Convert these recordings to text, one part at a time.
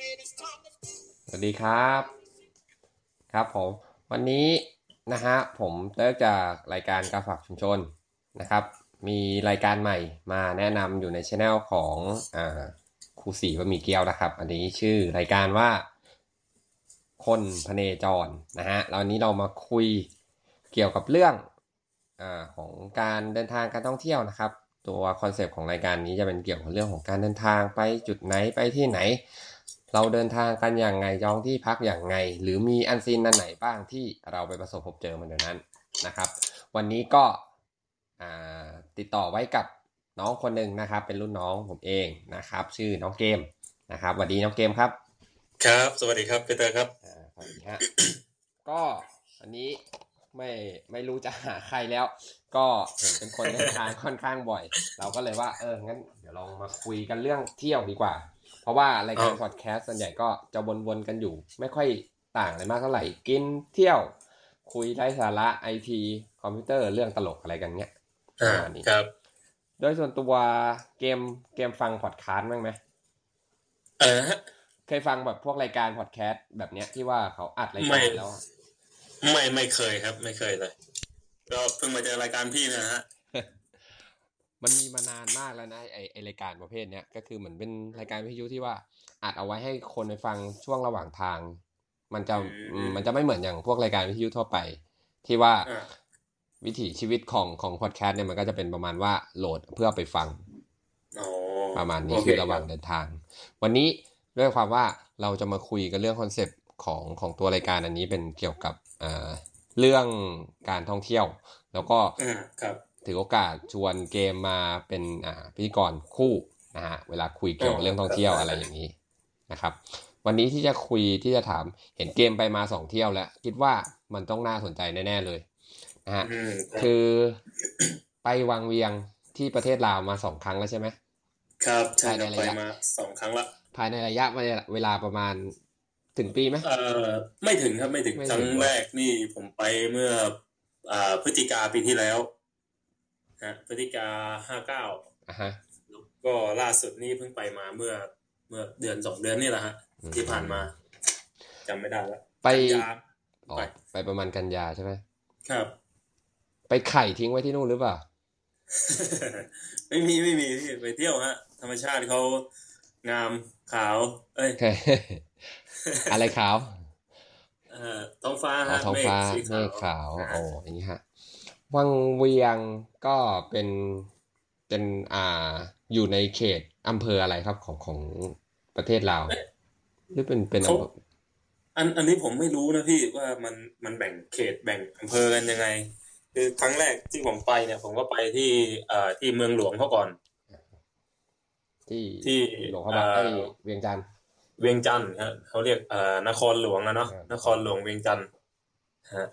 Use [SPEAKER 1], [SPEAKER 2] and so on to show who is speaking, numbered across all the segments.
[SPEAKER 1] สวัสดีครับ ครับผมวันนี้นะฮะผมเลิกจากรายการกาฝากชุมชนนะครับ มีรายการใหม่มาแนะนำอยู่ในช anel ของอาครูสีบะหมี่เกี๊ยวนะครับ อันนี้ชื่อรายการว่า คนพเนจรนะฮะแล้วอันนี้เรามาคุยเกี่ยวกับเรื่องอาของการเดินทางการท่องเที่ยวนะครับ ตัวคอนเซปต์ของรายการนี้จะเป็นเกี่ยวกับเรื่องของการเดินทางไปจุดไหนไปที่ไหน เราเดินทางกันอย่างไงจองที่พักอย่างไง หรือมีอันซีนอันไหนบ้างที่เราไปประสบพบเจอมันเดี๋ยวนั้นนะครับ วันนี้ก็อ่าติดต่อไว้กับน้องคนหนึ่งนะครับ เป็นรุ่นน้องผมเองนะครับ ชื่อน้องเกมนะครับสวัสดีน้องเกมครับ
[SPEAKER 2] ครับ สวัสดีครับพีเตอร์ครับ
[SPEAKER 1] อ่าสวัสดีฮะ ก็อันนี้ไม่ไม่รู้จะหาใครแล้ว ก็เห็นเป็นคนเดินทางค่อนข้างบ่อย เราก็เลยว่าเอองั้นเดี๋ยวลองมาคุยกันเรื่องเที่ยวดีกว่า เพราะว่ารายการ
[SPEAKER 2] อ่า
[SPEAKER 1] พอดแคสต์ส่วนใหญ่ก็จะวนๆกันอยู่ ไม่ค่อยต่างอะไรมากเท่าไหร่กินเที่ยว คุยไร้สาระไอทีคอมพิวเตอร์เรื่องตลกอะไรกันเนี้ย
[SPEAKER 2] อ่า
[SPEAKER 1] สวัสดี
[SPEAKER 2] ครับ
[SPEAKER 1] โดยส่วนตัวเกมเกมฟังพอดแคสต์บ้างไหม
[SPEAKER 2] เออฮะ
[SPEAKER 1] เคยฟังแบบพวกรายการพอดแคสต์แบบเนี้ยที่ว่าเขาอัดรายกา
[SPEAKER 2] ไม่
[SPEAKER 1] รแล้วอะ
[SPEAKER 2] ไม่ไม่เคยครับ ไม่เคยเลยก็เพิ่งมาเจอรายการพี่เนยนะฮะ
[SPEAKER 1] มันมีมานานมากแล้วนะไอไอรายการประเภทเนี้ยก็คือเหมือนเป็นรายการวิทยุที่ว่าอัดเอาไว้ให้คนไปฟังช่วงระหว่างทาง มันจะอืมมันจะไม่เหมือนอย่างพวกรายการวิทยุทั่วไป ที่ว่า
[SPEAKER 2] อ่า
[SPEAKER 1] วิถีชีวิตของของพอดแคสต์เนี่ยมันก็จะเป็นประมาณว่าโหลดเพื่อไปฟัง
[SPEAKER 2] อ๋อ
[SPEAKER 1] ประมาณนี้
[SPEAKER 2] โ
[SPEAKER 1] คือระหว่างเดินทาง วันนี้ด้วยความว่าเราจะมาคุยกันเรื่องคอนเซปต์ของของตัวรายการอันนี้เป็นเกี่ยวกับเอ่อเรื่องการท่องเที่ยว แล้วก็
[SPEAKER 2] อ่าครับ
[SPEAKER 1] ถือโอกาสชวนเกมมาเป็นอ่าพิธีกรคู่นะฮะเวลาคุยเกี่ยวกับเรื่องท่องเที่ยวอะไรอย่างนี้นะครับ วันนี้ที่จะคุยที่จะถามเห็นเกมไปมาสองเที่ยวแล้ว คิดว่ามันต้องน่าสนใจแน่ๆเลยนะฮะ
[SPEAKER 2] อืมครับ
[SPEAKER 1] คือไปวังเวียงที่ประเทศลาวมาสองครั้งแล้วใช่ไหม
[SPEAKER 2] ครับใช่ครับ
[SPEAKER 1] ภายใน
[SPEAKER 2] ไป
[SPEAKER 1] ระยะ
[SPEAKER 2] มาสองครั้งละ
[SPEAKER 1] ภายในระยะเวลาประมาณถึงปีไหม
[SPEAKER 2] เอ่อไม่ถึงครับไม่ถึง
[SPEAKER 1] ไม่ถึง
[SPEAKER 2] ครั้งแรกนี่ผมไปเมื่ออ่าพฤศจิกาปีที่แล้วฮะพฤศจิกาห้าเก้า
[SPEAKER 1] อ่ะฮะ
[SPEAKER 2] ก็ล่าสุดนี่เพิ่งไปมาเมื่อเมื่อเดือนสองเดือนนี่แหละฮะที่ผ่านมาจำไม่ได้ละ
[SPEAKER 1] ไป
[SPEAKER 2] ยา
[SPEAKER 1] อ๋อไปประมาณกันยาใช่ไหม
[SPEAKER 2] ครับ
[SPEAKER 1] ไปไข่ทิ้งไว้ที่นู่นห รือเปล่า
[SPEAKER 2] ไม่มีไม่มีพี่ไปเที่ยวฮะ ธรรมชาติเขางามขาว เอ้ย
[SPEAKER 1] โอเค อะไรขาว
[SPEAKER 2] เอ่อท้องฟ้า
[SPEAKER 1] อ๋อ
[SPEAKER 2] ฮะ
[SPEAKER 1] ท้องฟ้า
[SPEAKER 2] เมฆสี
[SPEAKER 1] เมฆ
[SPEAKER 2] ขา
[SPEAKER 1] ขาว วโอ้อย่างนี้ฮะวังเวียงก็เป็นเป็นอ่าอยู่ในเขตอำเภออะไรครับของของประเทศลาวหรือเป็นเป็นอำเภอ
[SPEAKER 2] อันอันนี้ผมไม่รู้นะพี่ว่ามันมันแบ่งเขตแบ่งอำเภอกันยังไง คือครั้งแรกที่ผมไปเนี่ย ผมก็ไปที่เอ่อที่เมืองหลวงเขาก่อน
[SPEAKER 1] ที่
[SPEAKER 2] ที่
[SPEAKER 1] หลวงพระบาง
[SPEAKER 2] เอ่
[SPEAKER 1] เอ้
[SPEAKER 2] อ
[SPEAKER 1] ยเวียงจันทร์
[SPEAKER 2] เวียงจันทร์ฮะเขาเรียกเอ่อนครหลวงอะเนาะ
[SPEAKER 1] ครับ
[SPEAKER 2] นครหลวงเวียงจันทร์ฮะ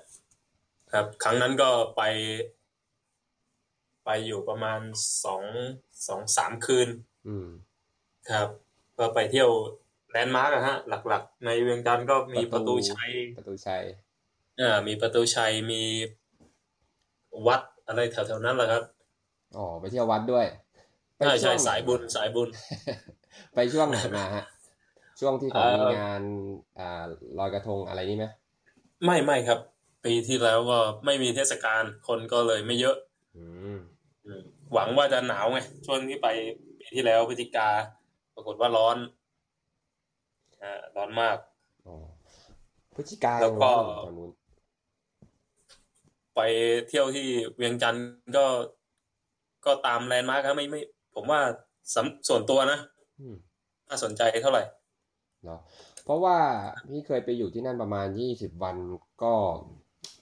[SPEAKER 2] ครับ ครั้งนั้นก็ไป ไปอยู่ประมาณสองสองสามคืน
[SPEAKER 1] อืม
[SPEAKER 2] ครับ ก็ไปเที่ยวแลนด์มาร์กอะฮะ หลักๆ ในเวียงจันทร์ก็มีประตูชัย
[SPEAKER 1] ประตูชัย
[SPEAKER 2] อ่ามีประตูชัยมีวัดอะไรแถวๆนั้นแหละครับ
[SPEAKER 1] อ๋อไปเที่ยววัดด้วยไป
[SPEAKER 2] ใช่ใช่
[SPEAKER 1] วงไหน
[SPEAKER 2] สายบุญสายบุญ
[SPEAKER 1] ไปช่วงไหนมาฮะ ช่วงที่เขา
[SPEAKER 2] เอ่อ
[SPEAKER 1] มีงานอ่าลอยกระทงอะไรนี่ไหม
[SPEAKER 2] ไม่ไม่ครับ ปีที่แล้วก็ไม่มีเทศกาลคนก็เลยไม่เยอะ
[SPEAKER 1] อืม
[SPEAKER 2] อืมหวังว่าจะหนาวไงช่วงที่ไปปีที่แล้วพฤศจิกา ปรากฏว่าร้อนอ่าร้อนมาก
[SPEAKER 1] อ๋อพฤศจิกา
[SPEAKER 2] แล้วก็
[SPEAKER 1] ยังร้อนอยู่ตอนนู้น
[SPEAKER 2] ไปเที่ยวที่เวียงจันทร์ก็ก็ตามแลนด์มาร์คครับไม่ไม่ ผมว่าสำส่วนตัวนะ
[SPEAKER 1] อืม
[SPEAKER 2] น่าสนใจเท่าไหร่
[SPEAKER 1] เนาะเพราะว่าพี่เคยไปอยู่ที่นั่นประมาณยี่สิบวันก็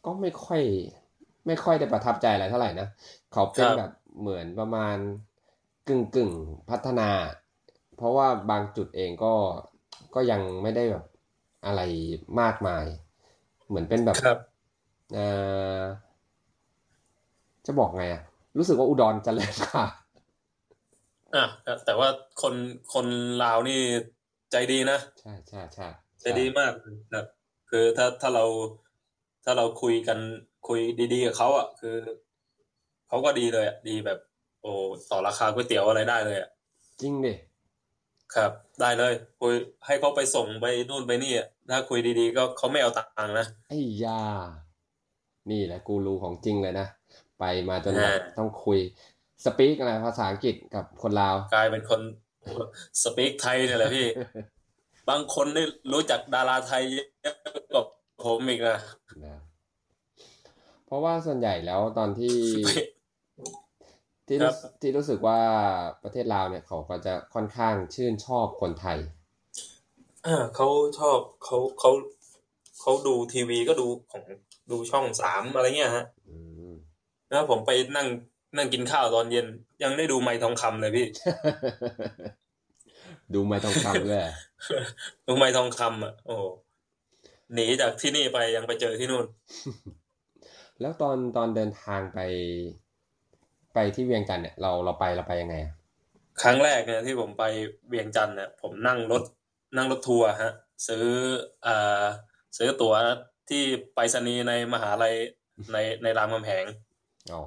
[SPEAKER 1] ก็ไม่ค่อย ไม่ค่อยได้ประทับใจอะไรเท่าไหร่นะเขาเป็น
[SPEAKER 2] ครับ
[SPEAKER 1] แบบเหมือนประมาณกึ่งกึ่งๆพัฒนา เพราะว่าบางจุดเองก็ก็ยังไม่ได้แบบอะไรมากมาย เหมือนเป็นแบบ
[SPEAKER 2] ครับ
[SPEAKER 1] เอ่อจะบอกไงอะรู้สึกว่าอุดรเจริญกว่า
[SPEAKER 2] อ่ะแต่แต่ว่าคนคนลาวนี่ ใจดีนะ
[SPEAKER 1] ใช่ใช่ใช่
[SPEAKER 2] จะดีมากครับคือถ้าถ้าเราถ้าเราคุยกันคุยดีๆกับเขาอ่ะคือเขาก็ดีเลยอ่ะดีแบบ โอ้ต่อราคาก๋วยเตี๋ยวอะไรได้เลยอ่ะ
[SPEAKER 1] จริงดิ
[SPEAKER 2] ครับ ได้เลยคุยให้เขาไปส่งไปนู่นไปนี่อะถ้าคุยดีๆ ก็เขาไม่เอาตังค์นะ
[SPEAKER 1] ไอ้ยา นี่แหละกูรูของจริงเลยนะ ไปมาจนแบบ
[SPEAKER 2] อ่า
[SPEAKER 1] ต้องคุยสปีกอะไรภาษาอังกฤษกับคนลาว
[SPEAKER 2] กลายเป็นคนสปีกไทยเนี่ยแหละ พี่ บางคนนี่รู้จักดาราไทยเยอะกว่าผมอีกนะ
[SPEAKER 1] นะเพราะว่าส่วนใหญ่แล้วตอนที่ที่
[SPEAKER 2] ครั
[SPEAKER 1] รู้
[SPEAKER 2] บ
[SPEAKER 1] ที่รู้สึกว่าประเทศลาวเนี่ยเขาก็จะค่อนข้างชื่นชอบคนไทย
[SPEAKER 2] อ่าเขาชอบเขาเขาเขาดูทีวีก็ดูของดูช่องสามอะไรเงี้ยฮะ
[SPEAKER 1] อืม
[SPEAKER 2] แล้วผมไปนั่งนั่งกินข้าวตอนเย็น ยังได้ดูไมค์ทองคำเลยพี่
[SPEAKER 1] ดูไม่ต้องคำเลย
[SPEAKER 2] ดูไมค์ทองคำอ่ะ โอ้โหหนีจากที่นี่ไปยังไปเจอที่นู่น
[SPEAKER 1] แล้วตอนตอนเดินทางไป ไปที่เวียงจันทร์เนี่ยเราเราไปเราไปยังไงอะ
[SPEAKER 2] ครั้งแรกเนี่ยที่ผมไปเวียงจันทร์เนี่ยผมนั่งรถนั่งรถทัวร์ฮะ ซื้อเอ่อซื้อตั๋วที่ไปรษณีย์ในมหาลัยในในรามคำแหง
[SPEAKER 1] อ๋อ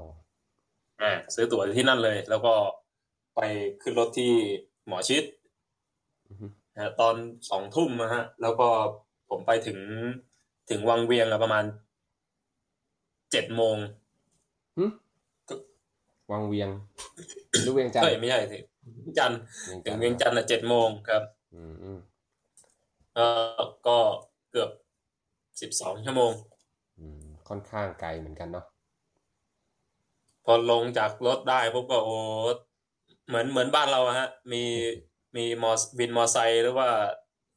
[SPEAKER 2] อ่าซื้อตั๋วที่นั่นเลย แล้วก็ไปขึ้นรถที่หมอชิด
[SPEAKER 1] อือฮึ
[SPEAKER 2] นะฮะตอนสองทุ่มนะฮะ แล้วก็ผมไปถึงถึงวังเวียงอะประมาณเจ็ดโมง
[SPEAKER 1] วังเวียง หรือเวียงจันท
[SPEAKER 2] เอ้ย
[SPEAKER 1] ร์
[SPEAKER 2] ไม่ใช่สิเวียงจันทร์ถึง
[SPEAKER 1] ทร์
[SPEAKER 2] เวียงจันทร์อะเจ็ดโมงครับ
[SPEAKER 1] อืมอืม
[SPEAKER 2] เออก็เกือบสิบสองชั่วโมง
[SPEAKER 1] อืมค่อนข้างไกลเหมือนกันเนาะ
[SPEAKER 2] พอลงจากรถได้ปุ๊บก็โอ้เหมือนเหมือนบ้านเราอะฮะ มีมีมอวินมอไซค์หรือว่า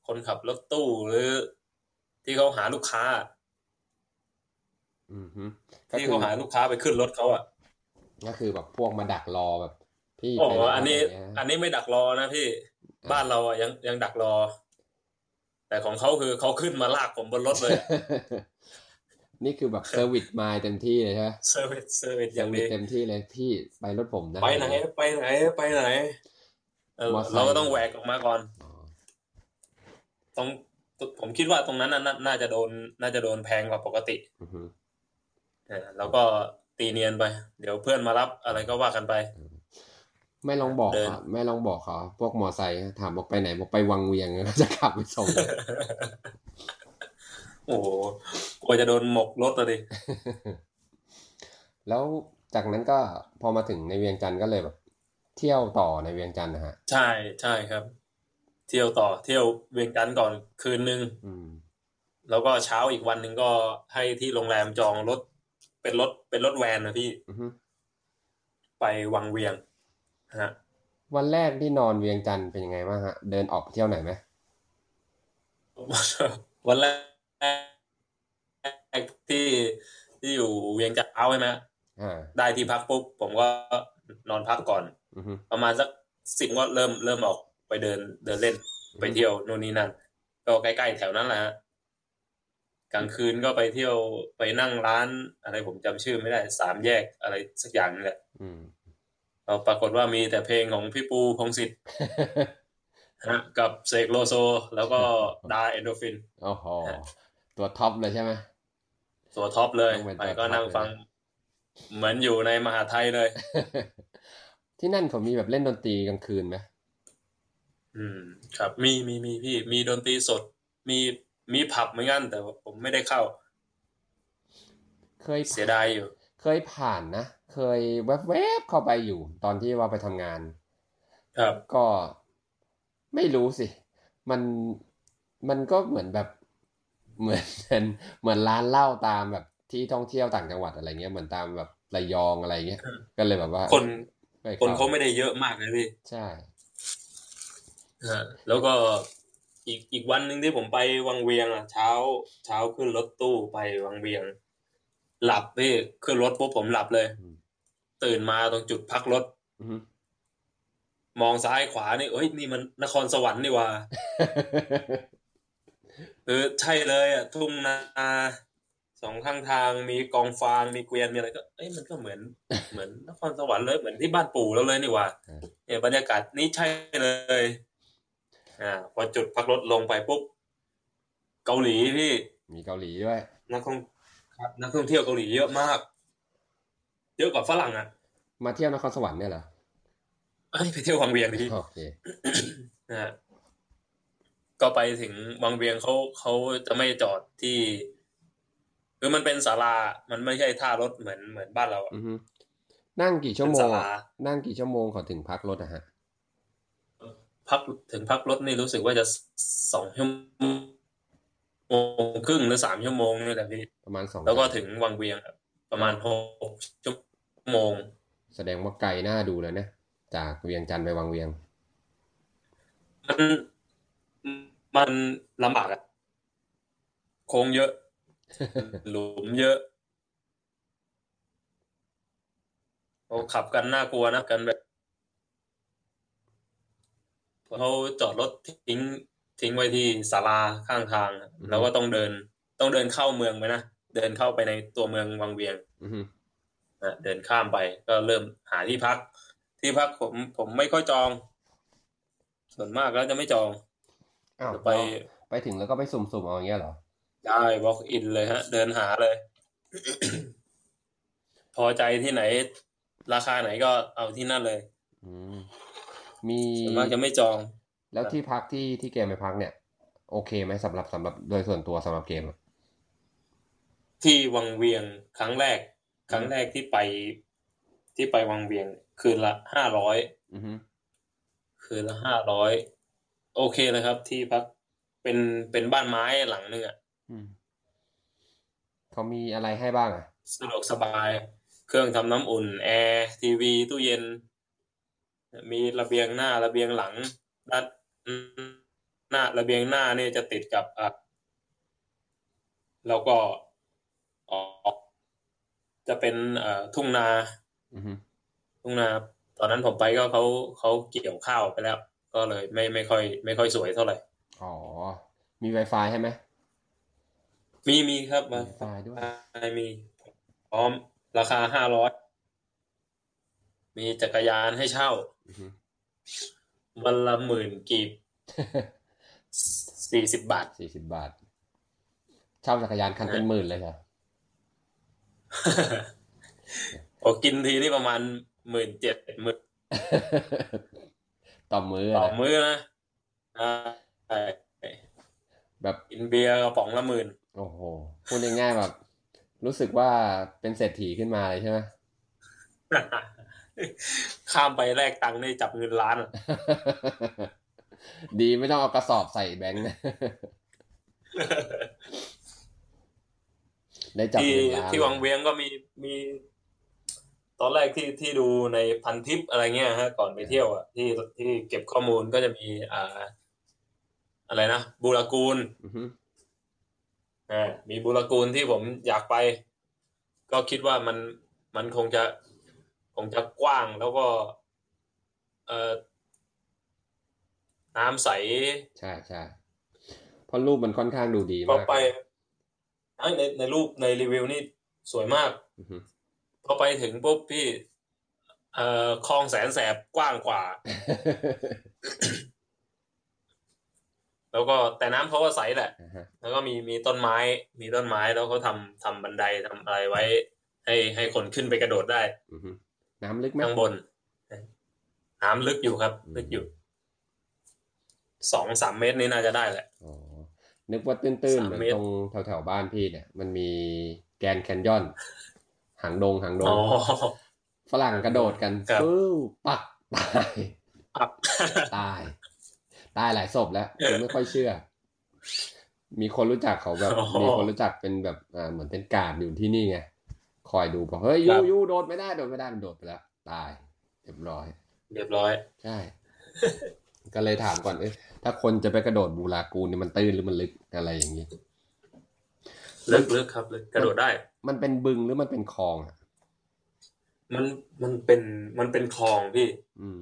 [SPEAKER 2] คนขับรถตู้หรือ ที่เขาหาลูกค้า
[SPEAKER 1] อืมฮึก็
[SPEAKER 2] ที่
[SPEAKER 1] คื
[SPEAKER 2] เขา
[SPEAKER 1] อ
[SPEAKER 2] หาลูกค้าไปขึ้นรถเขาอ่ะ
[SPEAKER 1] ก็คือแบบพวกมาดักรอแบบ พี่
[SPEAKER 2] โอ้
[SPEAKER 1] ไป
[SPEAKER 2] โห
[SPEAKER 1] ไหน
[SPEAKER 2] อันนี้
[SPEAKER 1] ะไรเงี้ย
[SPEAKER 2] อันนี้ไม่ดักรอนะพี่
[SPEAKER 1] ะ
[SPEAKER 2] บ้านเราอ่ะยังยังดักรอ แต่ของเขาคือเขาขึ้นมาลากผมบนรถเลย
[SPEAKER 1] นี่คือแบบเซอร์วิสมาเต็มที่เลยใช่ไหม
[SPEAKER 2] เซอร์วิสเซอร์วิส
[SPEAKER 1] เซ
[SPEAKER 2] อ
[SPEAKER 1] อย่าง ร์วิ
[SPEAKER 2] ดี
[SPEAKER 1] สเต็มที่เลยพี่ไปรถผมนะ
[SPEAKER 2] ไปไหนไปไหนไปไหนเออ
[SPEAKER 1] มอไซค์
[SPEAKER 2] เราก็ต้องแหวกออกมาก่อน
[SPEAKER 1] อ๋อ
[SPEAKER 2] ตรงผมคิดว่าตรงนั้นน่ะน่าน่าจะโดน น่าจะโดนแพงกว่าปกติ
[SPEAKER 1] อือฮึ
[SPEAKER 2] เออแล้วก็ตีเนียนไป เดี๋ยวเพื่อนมารับอะไรก็ว่ากันไป
[SPEAKER 1] ไม่ลองบอก
[SPEAKER 2] เดิน
[SPEAKER 1] เขาไม่ลองบอกเขาพวกมอไซค์ถามบอกไปไหนบอกไปวังเวียงแล้วจะขับไปส่ง
[SPEAKER 2] โอ้โหกลัวจะโดนหมกรถอะดิ
[SPEAKER 1] แล้วจากนั้นก็พอมาถึงในเวียงจันทร์ก็เลยแบบ เที่ยวต่อในเวียงจันทร์นะฮะ
[SPEAKER 2] ใช่ใช่ครับ เที่ยวต่อเที่ยวเวียงจันทร์ก่อนคืนนึง
[SPEAKER 1] อืม
[SPEAKER 2] แล้วก็เช้าอีกวันหนึ่งก็ให้ที่โรงแรมจองรถ เป็นรถเป็นรถแวนนะพี่
[SPEAKER 1] อือฮึ
[SPEAKER 2] ไปวังเวียงฮะ
[SPEAKER 1] วันแรกที่นอนเวียงจันทร์เป็นยังไงบ้างฮะ เดินออกไปเที่ยวไหนไหม
[SPEAKER 2] วันแรกที่ที่อยู่เวียงจันทร์เช้าใช่ไหม
[SPEAKER 1] อ่า
[SPEAKER 2] ได้ที่พักปุ๊บผมก็นอนพักก่อน
[SPEAKER 1] อือฮึ
[SPEAKER 2] ประมาณสักสิบก็เริ่มเริ่มออกไปเดินเดินเล่นไปเที่ยวนู่นนี่นั่นก็ใกล้ๆแถวนั้นแหละฮะกลางคืนก็ไปเที่ยวไปนั่งร้าน อะไรผมจำชื่อไม่ได้สามแยกอะไรสักอย่างนี่แหละ
[SPEAKER 1] อืม
[SPEAKER 2] เอาปรากฏว่ามีแต่เพลงของพี่ปูพงศิษฐ์ฮะกับเสกโลโซ แล้วก็ดาเอนโดฟิน
[SPEAKER 1] โอ้โห
[SPEAKER 2] ฮะ
[SPEAKER 1] ตัวท็อปเลยใช่ไหม
[SPEAKER 2] ตัวท็อปเลย
[SPEAKER 1] ต้องเป็น
[SPEAKER 2] ไป
[SPEAKER 1] ตัวท็
[SPEAKER 2] ก็
[SPEAKER 1] อป
[SPEAKER 2] นั่ง
[SPEAKER 1] เลย
[SPEAKER 2] ฟัง เหมือนอยู่ในมหาไทยเลย
[SPEAKER 1] ที่นั่นเขามีแบบเล่นดนตรีกลางคืนไหม
[SPEAKER 2] อืม ครับมีมีมีพี่ มีดนตรีสด มีมีผับเหมือนกันแต่ว่าผมไม่ได้เข้า
[SPEAKER 1] เคย
[SPEAKER 2] เสียดายอยู่
[SPEAKER 1] เคยผ่านนะ เคยแวบๆเข้าไปอยู่ ตอนที่ว่าไปทำงาน
[SPEAKER 2] ครับ
[SPEAKER 1] ก็ไม่รู้สิ มันมันก็เหมือนแบบเหมือน เหมือนร้านเหล้าตามแบบที่ท่องเที่ยวต่างจังหวัดอะไรเงี้ยเหมือนตามแบบระยองอะไรเงี้ย ก็เลยแบบว่า
[SPEAKER 2] คน
[SPEAKER 1] ไม่
[SPEAKER 2] คนเขาไม่ได้เยอะมากนะพี่
[SPEAKER 1] ใช่
[SPEAKER 2] ฮะแล้วก็อีกอีกวันหนึ่งที่ผมไปวังเวียงอ่ะ เช้าเช้าขึ้นรถตู้ไปวังเวียง หลับพี่ขึ้นรถปุ๊บผมหลับเลย ตื่นมาตรงจุดพักรถ
[SPEAKER 1] อือฮึ
[SPEAKER 2] มองซ้ายขวานี่เอ้ยนี่มันนครสวรรค์นี่หว่าเออใช่เลยอ่ะทุ่งนาสองข้างทางมีกองฟางมีเกวียนมีอะไรก็เอ้ยมันก็เหมือน เหมือนนครสวรรค์เลยเหมือนที่บ้านปู่เราเลยนี่หว่า
[SPEAKER 1] ครับ
[SPEAKER 2] เนี่ยบรรยากาศนี่ใช่เลย อ่าพอจุดพักรถลงไปปุ๊บเกาหลีพี่
[SPEAKER 1] มีเกาหลีด้วย
[SPEAKER 2] นักท่องครับนักท่องเที่ยวเกาหลีเยอะมาก เยอะกว่าฝรั่งอ่ะ
[SPEAKER 1] มาเที่ยวนครสวรรค์เนี่ยเหรอ
[SPEAKER 2] เอ้ยไปเที่ยววังเวียงดิ
[SPEAKER 1] โอเค
[SPEAKER 2] นะฮะก็ไปถึงวังเวียงเขาเขาจะไม่จอดที่คือมันเป็นศาลา มันไม่ใช่ท่ารถเหมือนเหมือนบ้านเราอะ
[SPEAKER 1] อือฮึนั่งกี่ชั่ว
[SPEAKER 2] เป็น
[SPEAKER 1] โม
[SPEAKER 2] ศาง ลา
[SPEAKER 1] อะนั่งกี่ชั่วโมงก่อนถึงพักรถอะฮะ
[SPEAKER 2] พักถึงพักรถนี่รู้สึกว่าจะสองชั่วโมงครึ่งหรือสามชั่วโมงนี่แหละพี่
[SPEAKER 1] ประมาณสอง
[SPEAKER 2] แล้วก็ถึงวังเวียงครับประมาณหกชั่วโมง
[SPEAKER 1] แสดงว่าไกลหน้าดูเลยนะจากเวียงจันทร์ไปวังเวียง
[SPEAKER 2] มันมันลำบากอะโค้งเยอะ หลุมเยอะเขาขับกันน่ากลัวนะกันแบบเขาจอดรถทิ้ง ทิ้งไว้ที่ศาลาข้างทางอะ
[SPEAKER 1] อือฮึ
[SPEAKER 2] แล้วก็ต้องเดิน ต้องเดินเข้าเมืองไปนะเดินเข้าไปในตัวเมืองวังเวียง
[SPEAKER 1] อือฮึ
[SPEAKER 2] นะเดินข้ามไปก็เริ่มหาที่พัก ที่พักผมผมไม่ค่อยจอง ส่วนมากแล้วจะไม่จอง
[SPEAKER 1] อ้าว
[SPEAKER 2] จะ
[SPEAKER 1] ไป
[SPEAKER 2] ไป
[SPEAKER 1] ไปถึงแล้วก็ไปสุ่มๆเอาอย่างเงี้ยเหรอ
[SPEAKER 2] ได้ walk in เลยฮะ เดินหาเลย พอใจที่ไหน ราคาไหนก็เอาที่นั่นเลย
[SPEAKER 1] อืมมี
[SPEAKER 2] ส่วนมากจะไม่จอง
[SPEAKER 1] แล้วที่พักที่ที่เกมไปพักเนี่ย โอเคไหมสำหรับสำหรับโดยส่วนตัวสำหรับเกมอะ
[SPEAKER 2] ที่วังเวียงครั้งแรก ครั้งแรกที่ไปที่ไปวังเวียง คืนละห้าร้อย
[SPEAKER 1] อือฮึ
[SPEAKER 2] คืนละห้าร้อยโอเคนะครับ ที่พักเป็นเป็นบ้านไม้หลังหนึงอะ
[SPEAKER 1] อืมเขามีอะไรให้บ้างอ่ะ
[SPEAKER 2] สะดวกสบาย เครื่องทำน้ำอุ่น แอร์ ทีวี ตู้เย็น มีระเบียงหน้า ระเบียงหลังด้านหน้า ระเบียงหน้าเนี่ยจะติดกับอ่ะแล้วก็ออกจะเป็นเอ่อทุ่งนา
[SPEAKER 1] อือฮึ
[SPEAKER 2] ทุ่งนา ตอนนั้นผมไปก็เขาเขาเกี่ยวข้าวไปแล้ว ก็เลยไม่ไม่ค่อย ไม่ค่อยสวยเท่าไหร่
[SPEAKER 1] อ๋อ มี Wi-Fi ให้ไหม
[SPEAKER 2] มีมีครับมา
[SPEAKER 1] Wi-Fi ด้วย
[SPEAKER 2] มีพร้อมราคาห้าร้อยมีจักรยานให้เช่า
[SPEAKER 1] อือฮึ
[SPEAKER 2] วันละหมื่นกีบสี่สิบบาท
[SPEAKER 1] สี่สิบบาท เช่าจักรยานคันเป็นหมื่นเลยเหรอ
[SPEAKER 2] โอกินทีนี่ประมาณหมื่นเจ็ดหมื่น
[SPEAKER 1] ต่อมือ
[SPEAKER 2] ต่
[SPEAKER 1] อะ
[SPEAKER 2] อ
[SPEAKER 1] นะ
[SPEAKER 2] มื้อนะอ่าใช่
[SPEAKER 1] แบบ
[SPEAKER 2] กินเบียร์กระป๋องละหมื่น
[SPEAKER 1] โอ้โห พูดง่ายๆแบบ รู้สึกว่าเป็นเศรษฐีขึ้นมาเลยใช่ไหม
[SPEAKER 2] ข้ามไปแลกตังค์ได้จับเงินล้านอะ
[SPEAKER 1] ดีไม่ต้องเอากระสอบใส่แบงค์ นะได้จับ
[SPEAKER 2] ที่
[SPEAKER 1] เงินล้าน
[SPEAKER 2] ที่วังเวียงก็มีมี ตอนแรกที่ที่ดูในพันทิปอะไรเงี้ยฮะ ก่อนไปเที่ยวอ่ะที่ที่เก็บข้อมูลก็จะมีอ่า อะไรนะบูรากูล
[SPEAKER 1] อือฮึ
[SPEAKER 2] อ่ามีบุรกูลที่ผมอยากไป ก็คิดว่ามันมันคงจะคงจะกว้างแล้วก็ เอ่อน้ำใส
[SPEAKER 1] ใช่ใช่เพราะรูปมันค่อนข้างดูดี
[SPEAKER 2] พอ
[SPEAKER 1] มาก
[SPEAKER 2] ไปเอ้ยในในรูปในรีวิวนี่สวยมาก
[SPEAKER 1] อือฮึ
[SPEAKER 2] พอไปถึงปุ๊บพี่ เอ่อคลองแสนแสบกว้างกว่า แล้วก็แต่น้ำเขาก็ใสแหละ
[SPEAKER 1] อ่าฮะ
[SPEAKER 2] แล้วก็มีมีต้นไม้ มีต้นไม้แล้วเขาทำทำบันไดทำอะไรไว้ ให้ให้คนขึ้นไปกระโดดได้
[SPEAKER 1] อือฮึน้ำลึกไหม
[SPEAKER 2] ข้างบนน้ำลึกอยู่ครับ
[SPEAKER 1] อืม
[SPEAKER 2] ลึกอยู่สองสามเมตรนี่น่าจะได้แหละ
[SPEAKER 1] อ๋อ นึกว่าตื้นๆ
[SPEAKER 2] สาม
[SPEAKER 1] เหมือน
[SPEAKER 2] เมตร
[SPEAKER 1] ตรงแถวๆบ้านพี่เนี่ย มันมีแกรนด์แคนยอน หางดงหางด
[SPEAKER 2] อ๋
[SPEAKER 1] ง
[SPEAKER 2] อ
[SPEAKER 1] ฝรั่งกระโดดกัน
[SPEAKER 2] ครับ
[SPEAKER 1] ปุ๊บปักตาย
[SPEAKER 2] ครับ
[SPEAKER 1] ตาย ตายหลายศพแล้วผมไม่ค่อยเชื่อ มีคนรู้จักเขาแบบ
[SPEAKER 2] อ๋อ
[SPEAKER 1] มีคนรู้จักเป็นแบบอ่าเหมือนเป็นการดอยู่ที่นี่ไง คอยดูบอกเฮ้ย
[SPEAKER 2] ครั
[SPEAKER 1] ยู
[SPEAKER 2] บ
[SPEAKER 1] ยูโดดไม่ได้โดดไม่ได้มันโดดไปแล้ว ตายเรียบร้อย
[SPEAKER 2] เรียบร้อย
[SPEAKER 1] ใช่ ก็เลยถามก่อน เอ๊ะ ถ้าคนจะไปกระโดดบูรากูลเนี่ยมันตื้นหรือมันลึกอะไรอย่างนี้
[SPEAKER 2] ลึกลึกครับลึกกระโดดได้
[SPEAKER 1] มันเป็นบึงหรือมันเป็นคลองอ่ะ
[SPEAKER 2] มันมันเป็นมันเป็นคลองพี่
[SPEAKER 1] อืม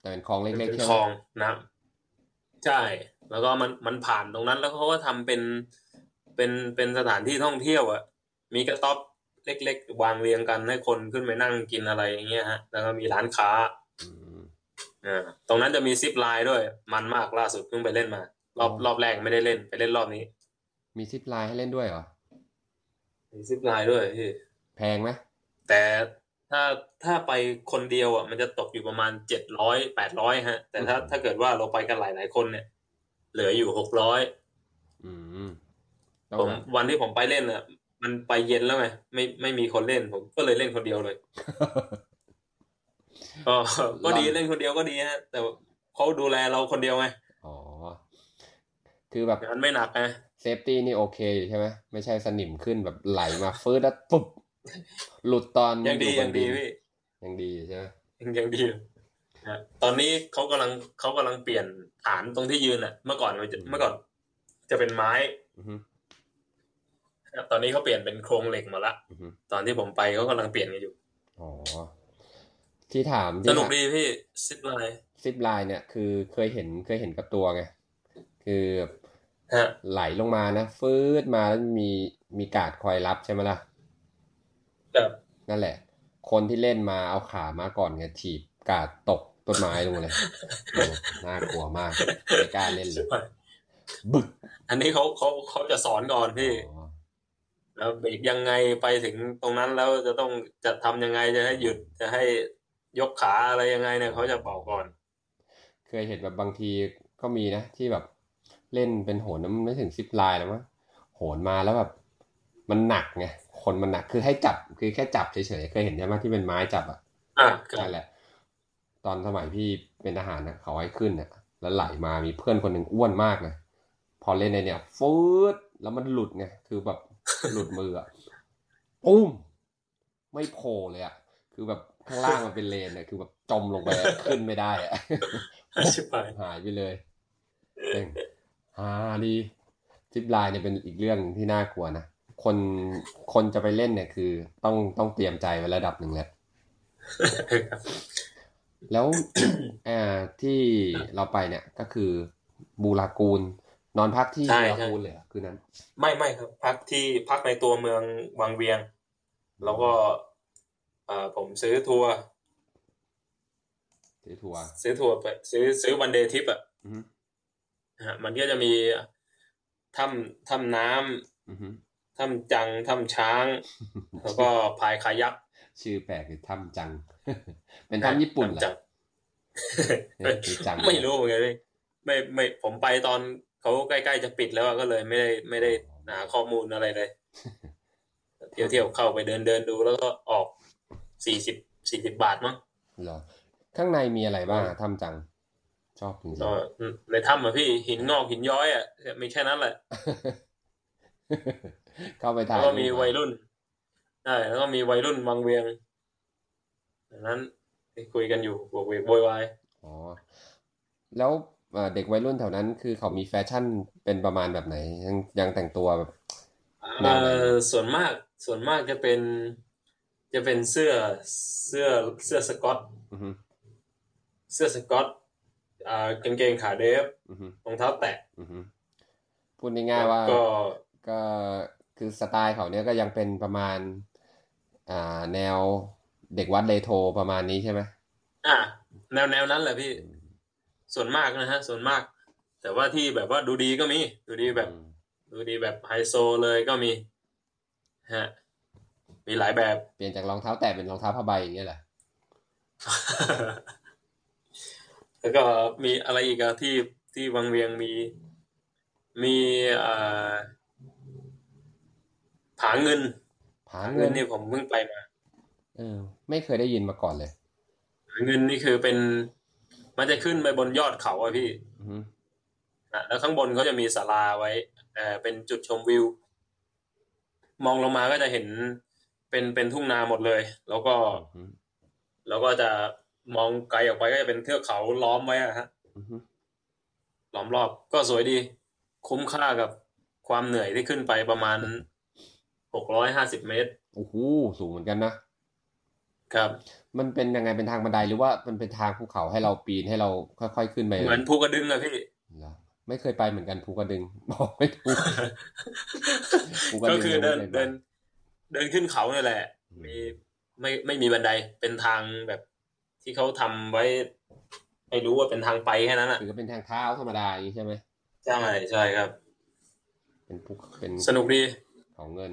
[SPEAKER 1] แต่เป็นคลองเล็
[SPEAKER 2] มัน
[SPEAKER 1] ก
[SPEAKER 2] เป็น
[SPEAKER 1] ๆ
[SPEAKER 2] ค
[SPEAKER 1] ใช่ไห
[SPEAKER 2] ล
[SPEAKER 1] ม
[SPEAKER 2] องน้ำใช่ แล้วก็มันมันผ่านตรงนั้น แล้วเขาก็ทำเป็นเป็นเป็นสถานที่ท่องเที่ยวอะมีกระต๊อบเล็กๆ วางเรียงกันให้คนขึ้นไปนั่งกินอะไรอย่างเงี้ยฮะ แล้วก็มีร้านค้า
[SPEAKER 1] อืม
[SPEAKER 2] เอ อ่าตรงนั้นจะมีซิปไลน์ด้วย มันมากล่าสุดเพิ่งไปเล่นมา รอบ
[SPEAKER 1] อ๋อ
[SPEAKER 2] รอบแรกไม่ได้เล่นไปเล่นรอบนี้
[SPEAKER 1] มีซิปไลน์ให้เล่นด้วยเหรอ
[SPEAKER 2] มีซิปไลน์ด้วยพี่
[SPEAKER 1] แพงไหม
[SPEAKER 2] แต่ถ้าถ้าไปคนเดียวอ่ะมันจะตกอยู่ประมาณเจ็ดร้อยแปดร้อยฮะ แต่ถ้าถ้าเกิดว่าเราไปกันหลายหลายๆคนเนี่ย เหลืออยู่หกร้อย
[SPEAKER 1] อืมต้อง
[SPEAKER 2] ผม
[SPEAKER 1] หา
[SPEAKER 2] วันที่ผมไปเล่นอ่ะ มันไปเย็นแล้วไงไม่ไม่มีคนเล่นผมก็เลยเล่นคนเดียวเลย ก็ก็ดี
[SPEAKER 1] ลอง
[SPEAKER 2] เล่นคนเดียวก็ดีฮะ แต่เขาดูแลเราคนเดียวไง
[SPEAKER 1] อ๋อ คือแบบ
[SPEAKER 2] งานไม่หนักไง
[SPEAKER 1] เซฟตี้นี่โอเคอยู่ใช่ไหมไม่ใช่สนิมขึ้นแบบไหลมาฟืดแล้วปุ๊บหลุดตอน
[SPEAKER 2] ยังดี
[SPEAKER 1] อบ
[SPEAKER 2] ยัง
[SPEAKER 1] น
[SPEAKER 2] ดี
[SPEAKER 1] น
[SPEAKER 2] พี่
[SPEAKER 1] ยังดีอยู่ใช่ไหม
[SPEAKER 2] ยังยังดีฮะตอนนี้เขากำลังเขากำลังเปลี่ยนฐานตรงที่ยืนอ่ะ เมื่อก่อนมันจะเมื่อก่อน จะเป็นไม้
[SPEAKER 1] อือฮึ
[SPEAKER 2] ตอนนี้เขาเปลี่ยนเป็นโครงเหล็กมาละ
[SPEAKER 1] อือฮึ
[SPEAKER 2] ตอนที่ผมไปเขากำลังเปลี่ยนกันอยู่
[SPEAKER 1] อ๋อ ที่ถาม
[SPEAKER 2] ส
[SPEAKER 1] ที่
[SPEAKER 2] นุกดีพี่ซิดไลน์
[SPEAKER 1] ซิปไลน์เนี่ยคือเคยเห็นเคยเห็นกับตัวไง คือ
[SPEAKER 2] ฮะ
[SPEAKER 1] ไหลลงมานะฟืดมาแล้วมีมีกาดคอยรับใช่ไหมล่ะ
[SPEAKER 2] แบบ
[SPEAKER 1] นั่นแหละ คนที่เล่นมาเอาขามาก่อนไงถีบกาดตกต้นไม้ลงมาเลยโอ้น่ากลัวมากไม่กล้าเล่นเลยบึก
[SPEAKER 2] อันนี้เขาเขาเขาจะสอนก่อนพี่
[SPEAKER 1] อ๋อ
[SPEAKER 2] แล้วเบรกยังไงไปถึงตรงนั้นแล้วจะต้องจะทำยังไงจะให้หยุดจะให้ยกขาอะไรยังไงเนี่ยเขาจะบอกก่อน
[SPEAKER 1] เคยเห็นแบบบางทีก็มีนะ ที่แบบเล่นเป็นโหนนะมันไม่ถึงซิปไลน์แล้วมั้งโหนมาแล้วแบบมันหนักไงคนมันหนักคือให้จับคือแค่จับเฉยๆเคยเห็นใช่ไหมที่เป็นไม้จับอ่ะ
[SPEAKER 2] อ่ะครับ
[SPEAKER 1] นั่นแหละ ตอนสมัยพี่เป็นทหารนะเขาให้ขึ้นเนี่ยแล้วไหลมามีเพื่อนคนหนึ่งอ้วนมากเลยพอเล่นในเนี่ยฟืดแล้วมันหลุดไงคือแบบ หลุดมืออะปุ้มไม่โผล่เลยอะคือแบบข้างล่างมันเป็นเลนเนี่ยคือแบบจมลงไปอะขึ้นไม่ได้อะ
[SPEAKER 2] ชิบหาย
[SPEAKER 1] หายไปเลยเจ๋งฮาดีซิปไลน์เนี่ยเป็นอีกเรื่องที่น่ากลัวนะคนคนจะไปเล่นเนี่ยคือ ต้องต้องเตรียมใจไว้ระดับหนึ่งแหละ แล้ว เอ่อที่เราไปเนี่ยก็คือบูรากูล นอนพักที่บูรากูลเลยเหรอคืนนั้น
[SPEAKER 2] ไม่ไม่ครับ พักที่พักในตัวเมืองวังเวียง แล้วก็เอ่อผมซื้อทัวร์
[SPEAKER 1] ที่ทัวร์
[SPEAKER 2] ซื้อทัวร์ไปซื้อซื้อวันเดย์ทิปอ่ะ
[SPEAKER 1] อือฮึ
[SPEAKER 2] ฮะมันก็จะมีถ้ำถ้ำน้
[SPEAKER 1] อือฮึ
[SPEAKER 2] ำถ้ำจังถ้ำช้าง แล้วก็พายคายัก
[SPEAKER 1] ชื่อแปลกคือถ้ำจัง เป็นถ้ำญี่ปุ่นเหรอ
[SPEAKER 2] จำ
[SPEAKER 1] เนี่ยคือจำ
[SPEAKER 2] ไม่รู้เหมือนกันเลยไม่ไม่ผมไปตอนเขาใกล้ๆจะปิดแล้วอะก็เลยไม่ได้ไม่ได้หาข้อมูลอะไร เลย เที่ยวเที่ยวเข้าไปเดินเดินดูแล้วก็ออกสี่สิบสี่สิบบาทมั้ง
[SPEAKER 1] เหรอ ข้างในมีอะไรบ้างอะถ้ำจัง ชอบจริง
[SPEAKER 2] ก็ในถ้ำอะพี่หินงอกหินย้อยอะมีแค่นั้นแหละ
[SPEAKER 1] ๆ เข้าไปถ่า
[SPEAKER 2] แล้
[SPEAKER 1] ยว
[SPEAKER 2] ก็มีวัยรุ่นใช่แล้วก็มีวัยรุ่นวังเวียงดังนั้นคุยกันอยู่บวกเวกโวยวาย
[SPEAKER 1] อ๋อแล้วเอ่อเด็กวัยรุ่นแถวนั้น คือเขามีแฟชั่นเป็นประมาณแบบไหน ยังยังแต่งตัวแบบ แน
[SPEAKER 2] เอ่
[SPEAKER 1] วไหน
[SPEAKER 2] อส่วนมากส่วนมากจะเป็นจะเป็นเสื้อเสื้อเสื้อสกอต
[SPEAKER 1] อือฮึ
[SPEAKER 2] เสื้อสกอตอ่ากางเกงขาเดฟ
[SPEAKER 1] อือฮึ
[SPEAKER 2] รองเท้าแตะ
[SPEAKER 1] อือฮึพูดง่ายๆว่า
[SPEAKER 2] ก็
[SPEAKER 1] ก็คือสไตล์เขาเนี่ยก็ยังเป็นประมาณ อ่าแนวเด็กวัดเลโทประมาณนี้ใช่ไหม
[SPEAKER 2] อ่ะแนวแนวนั้นแหละพี่ส่วนมากนะฮะ ส่วนมาก แต่ว่าที่แบบว่าดูดีก็มี ดูดีแบบ
[SPEAKER 1] อืม
[SPEAKER 2] ดูดีแบบไฮโซเลยก็มีฮะมีหลายแบบ
[SPEAKER 1] เปลี่ยนจากรองเท้าแตะเป็นรองเท้าผ้าใบอย่างเงี้ยเหรอ
[SPEAKER 2] แล้วก็มีอะไรอีกอะที่ที่วังเวียงมีมีอ่าผาเงิน
[SPEAKER 1] ผา
[SPEAKER 2] ผาเงิ
[SPEAKER 1] เงิ
[SPEAKER 2] น
[SPEAKER 1] น
[SPEAKER 2] นี่ผมเพิ่งไปมา
[SPEAKER 1] เออ ไม่เคยได้ยินมาก่อนเลย
[SPEAKER 2] ผาเงินนี่คือเป็น มันจะขึ้นไปบนยอดเขาอะพี่
[SPEAKER 1] อือฮึ
[SPEAKER 2] อ่ะแล้วข้างบนเขาจะมีศาลาไว้เออเป็นจุดชมวิว มองลงมาก็จะเห็นเป็นเป็นทุ่งนาหมดเลย แล้วก็
[SPEAKER 1] อือฮึ
[SPEAKER 2] แล้วก็จะมองไกลออกไปก็จะเป็นเทือกเขาล้อมไว้อะฮะ
[SPEAKER 1] อือฮึ
[SPEAKER 2] ล้อมรอบก็สวยดี คุ้มค่ากับความเหนื่อยที่ขึ้นไปประมาณ 650 เมตร
[SPEAKER 1] โอ้โหสูงเหมือนกันนะครับ มันเป็นยังไงเป็นทางบันไดหรือว่ามันเป็นทางภูเขาให้เราปีนให้เราค่อยๆขึ้นไป
[SPEAKER 2] เหมือนภูกระดึงอะพี่
[SPEAKER 1] เหรอไม่เคยไปเหมือนกันภูกระดึง บอกไม่ถูก ภูกระดึง
[SPEAKER 2] ก็คือเดิน
[SPEAKER 1] ไม่ได้ไป
[SPEAKER 2] เดิน เดินขึ้นเขาเนี่ยแหละ มีไม่ไม่มีบันไดเป็นทางแบบที่เขาทำไว้ ไม่รู้ว่าเป็นทางไปแค่นั้นอ่ะ
[SPEAKER 1] หรือเป็นทางเท้าธรรมดาอย่างนี้ใช่ไหม
[SPEAKER 2] ใช่ใช่ครับ
[SPEAKER 1] เป็นภูเป็น
[SPEAKER 2] สนุกดี
[SPEAKER 1] เขาเงิน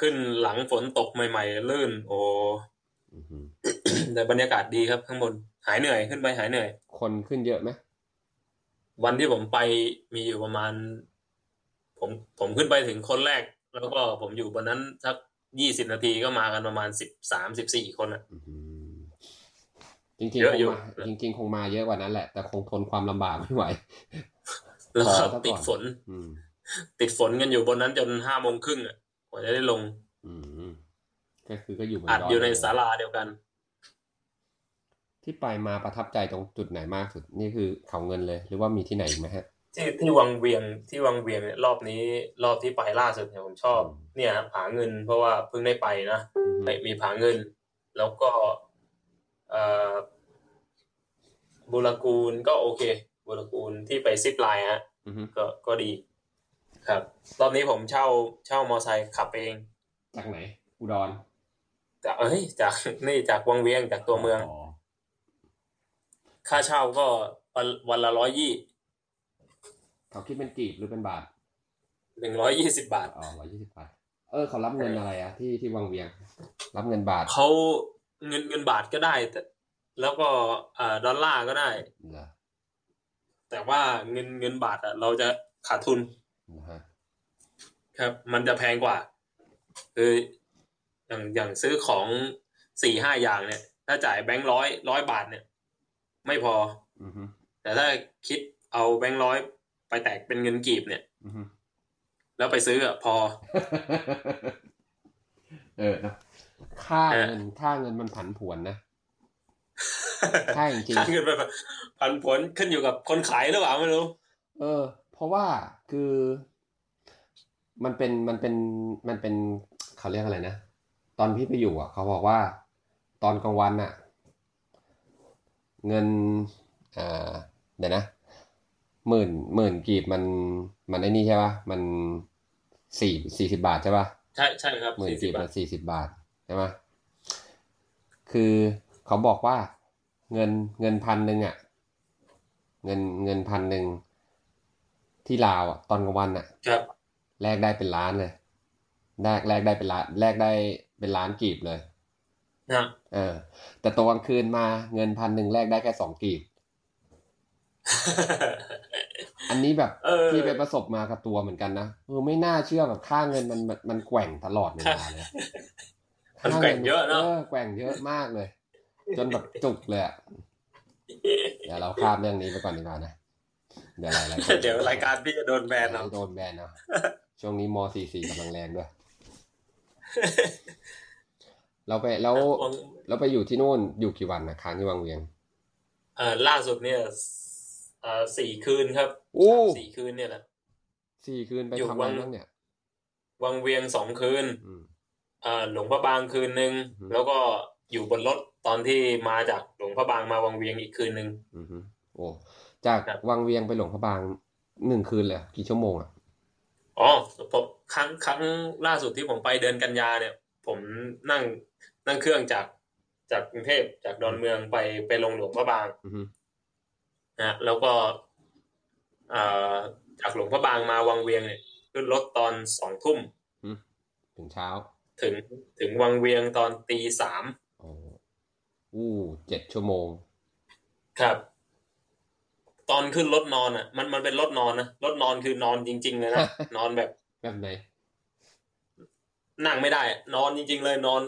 [SPEAKER 2] ขึ้นหลังฝนตกใหม่ ๆ ลื่น โอ้
[SPEAKER 1] อือหือ
[SPEAKER 2] แต่บรรยากาศดีครับข้างบน หายเหนื่อยขึ้นไปหายเหนื่อย
[SPEAKER 1] คนขึ้นเยอะไหม
[SPEAKER 2] วันที่ผมไปมีอยู่ประมาณ ผมผมขึ้นไปถึงคนแรก แล้วก็ผมอยู่บนนั้นสักยี่สิบนาทีก็มากันประมาณสิบสามสิบสี่คนอ่ะ
[SPEAKER 1] อือหือจริงๆ
[SPEAKER 2] เย
[SPEAKER 1] ค
[SPEAKER 2] อะ
[SPEAKER 1] ง
[SPEAKER 2] อยู่
[SPEAKER 1] มาจริง ๆ คงมาเยอะกว่านั้นแหละ แต่คงทนความลำบากไม่ไหว
[SPEAKER 2] แล้วก็
[SPEAKER 1] อ๋อครับ
[SPEAKER 2] ติดฝน
[SPEAKER 1] อืม
[SPEAKER 2] ติดฝนกันอยู่บนนั้นจนห้าโมงครึ่งอ่ะกว่าจะได้ลง
[SPEAKER 1] อืมก็คือก็อยู่เหมือน
[SPEAKER 2] อัด
[SPEAKER 1] ด
[SPEAKER 2] อยู่ใน
[SPEAKER 1] เลย
[SPEAKER 2] ศาลาเดียวกัน
[SPEAKER 1] ที่ไปมาประทับใจตรงจุดไหนมากสุด นี่คือเขาเงินเลย หรือว่ามีที่ไหนอีกไหมฮะ
[SPEAKER 2] ที่ที่วังเวียงที่วังเวียงเนี่ยรอบนี้รอบที่ไปล่าสุดเนี่ยผมชอบ เนี่ยผาเงินเพราะว่าเพิ่งได้ไปนะ
[SPEAKER 1] อือ
[SPEAKER 2] ไป
[SPEAKER 1] หือ
[SPEAKER 2] มีผาเงิน แล้วก็เอ่อบุรกูลก็โอเค บุรกูลที่ไปซิปไลน์ฮะ
[SPEAKER 1] อือหือ
[SPEAKER 2] ก็ก็ดี ครับ รอบนี้ผมเช่าเช่ามอไซค์ขับเอง
[SPEAKER 1] จากไหน อุดร
[SPEAKER 2] จากเอ้ยจากนี่จากวังเวียงจากตัวเมือง ค่าเช่าก็วันวันละร้อยยี่
[SPEAKER 1] เขาคิดเป็นกีบหรือเป็นบาท
[SPEAKER 2] หนึ่งร้อยยี่สิบบาท
[SPEAKER 1] อ๋อร้อยยี่สิบบาท เออ เขารับเงินอะไรอะที่ที่วังเวียง รับเงินบาท
[SPEAKER 2] เขาเงินเงินบาทก็ได้แต่แล้วก็เอ่อดอลลาร์ก็ได้
[SPEAKER 1] เหรอ
[SPEAKER 2] แต่ว่าเงินเงินบาทอะเราจะขาดทุน
[SPEAKER 1] นะฮะ
[SPEAKER 2] ครับ มันจะแพงกว่า คืออย่างอย่างซื้อของสี่ห้าอย่างเนี่ย ถ้าจ่ายแบงค์ร้อยร้อยบาทเนี่ย ไม่พอ
[SPEAKER 1] อือฮึ
[SPEAKER 2] แต่ถ้าคิดเอาแบงค์ร้อยไปแตกเป็นเงินกีบเนี่ย
[SPEAKER 1] อือฮึ
[SPEAKER 2] แล้วไปซื้ออะพอ
[SPEAKER 1] เออนะค่า
[SPEAKER 2] เออ
[SPEAKER 1] เงินค่าเงินมันผันผวนนะ ใช่จริง
[SPEAKER 2] ค่าเงินไปผันผลขึ้นอยู่กับคนขายหรือเปล่าไม่รู้
[SPEAKER 1] เออ เพราะว่าคือมันเป็นมันเป็นมันเป็นเขาเรียกอะไรนะ ตอนพี่ไปอยู่อ่ะ เขาบอกว่า ตอนกลางวันอ่ะ เงินเอ่อเดี๋ยวนะหมื่นหมื่นกีบมันมันไอ้นี่ใช่ป่ะมันสี่สี่สิบบาทใช่ป่ะ
[SPEAKER 2] ใช่ใช่ครับ
[SPEAKER 1] หมื่น
[SPEAKER 2] สี่สิ
[SPEAKER 1] กี
[SPEAKER 2] บบ
[SPEAKER 1] ละ
[SPEAKER 2] บาท
[SPEAKER 1] สี่สิบบาทใช่ไหมคือเขาบอกว่าเงินเงินพันหนึ่งอ่ะ เงินเงินพันหนึ่งที่ลาวอ่ะตอนกลางวันอ่ะ
[SPEAKER 2] ครับ
[SPEAKER 1] แลกได้เป็นล้านเลยแลกแลกได้เป็นล้านแลกได้เป็นล้านกีบเลย
[SPEAKER 2] นะ
[SPEAKER 1] เออ แต่ตอนกลางคืนมาเงินพันหนึ่งแลกได้แค่สองกีบ อันนี้แบบ
[SPEAKER 2] เออ
[SPEAKER 1] พี่ไปประสบมากับตัวเหมือนกันนะเออไม่น่าเชื่อแบบค่าเงินมันมันมันแกว่งตลอดเวลาเลย
[SPEAKER 2] มันแกว่งเยอะเนอะ
[SPEAKER 1] ออแกว่งเยอะมากเลย จนแบบจุกเลยอะเดี๋ยวเราข้ามเรื่องนี้ไปก่อนดีกว่านะเดี๋ยวอะไร
[SPEAKER 2] เดี๋ยวรายการพี่จะโดนแบนเอา
[SPEAKER 1] โดนแบนเนาะช่วงนี้มสี่สี่กำลังแรงด้วย เราไปแล้วเราไปอยู่ที่นู่นอยู่กี่วันนะค้างที่วังเวียง
[SPEAKER 2] เอ่อล่าสุดเนี่ยเอ่อสี่คืนครับ
[SPEAKER 1] โอ้
[SPEAKER 2] สี่คืนเนี่ยแหละ
[SPEAKER 1] สี่คืนไป
[SPEAKER 2] อยู่
[SPEAKER 1] ทำอะไร
[SPEAKER 2] วัง
[SPEAKER 1] บ้างเนี่ย
[SPEAKER 2] วังเวียงสองคืน
[SPEAKER 1] อืม
[SPEAKER 2] เอ่อหลวงพระบางคืนหนึ่ง
[SPEAKER 1] อืม
[SPEAKER 2] แล้วก็อยู่บนรถตอนที่มาจากหลวงพระบางมาวังเวียงอีกคืนหนึ่ง
[SPEAKER 1] อือฮึโอ้จาก
[SPEAKER 2] ครับ
[SPEAKER 1] วังเวียงไปหลวงพระบางหนึ่งคืนเลยกี่ชั่วโมงอ่ะ
[SPEAKER 2] อ๋อผมครั้งครั้งล่าสุดที่ผมไปเดือนกันยาเนี่ย ผมนั่งนั่งเครื่องจากจากกรุงเทพจากดอนเมืองไปไปลงหลวงพระบาง
[SPEAKER 1] อือฮึ
[SPEAKER 2] นะแล้วก็เอ่อจากหลวงพระบางมาวังเวียงเนี่ยขึ้นรถตอนสองทุ่ม
[SPEAKER 1] ถึงเช้า
[SPEAKER 2] ถึงถึงวังเวียงตอนตีสาม
[SPEAKER 1] โอ้อู้เจ็ดชั่วโมง
[SPEAKER 2] ครับ ตอนขึ้นรถนอนอ่ะ มันมันเป็นรถนอนนะรถนอนคือนอนจริง ๆ เลย นะ นอนแบบ
[SPEAKER 1] แบบไหน
[SPEAKER 2] นั่งไม่ได้อะนอนจริง ๆ เลยนอน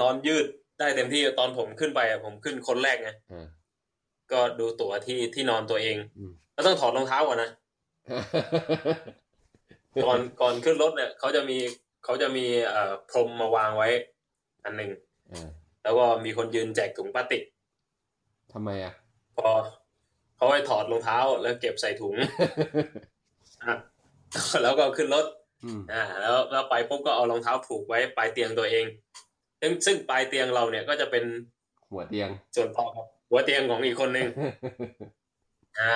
[SPEAKER 2] นอนยืดได้เต็มที่ตอนผมขึ้นไปอะผมขึ้นคนแรกไง
[SPEAKER 1] อ่า
[SPEAKER 2] ก็ดูตั๋วที่ที่นอนตัวเอง
[SPEAKER 1] อืม
[SPEAKER 2] แล้วต้องถอดรองเท้าก่ อนนะ ก่อนก่อนขึ้นรถเนี่ยเขาจะมีเขาจะมีเอ่อพรมมาวางไว้ อันหนึ่ง
[SPEAKER 1] เออ
[SPEAKER 2] แล้วก็มีคนยืนแจกถุงพลาสติก
[SPEAKER 1] ทำไมอ่ะ
[SPEAKER 2] พอเขาให้ถอดรองเท้าแล้วเก็บใส่ถุง อ่ะแล้วก็ขึ้นรถ
[SPEAKER 1] อืม
[SPEAKER 2] อ่าแล้วแล้วไปปุ๊บก็เอารองเท้าผูกไว้ปลายเตียงตัวเอง ซึ่งซึ่งปลายเตียงเราเนี่ยก็จะเป็น
[SPEAKER 1] หัวเตียง
[SPEAKER 2] ส่วนต่อของหัวเตียงของอีกคนนึง อ่า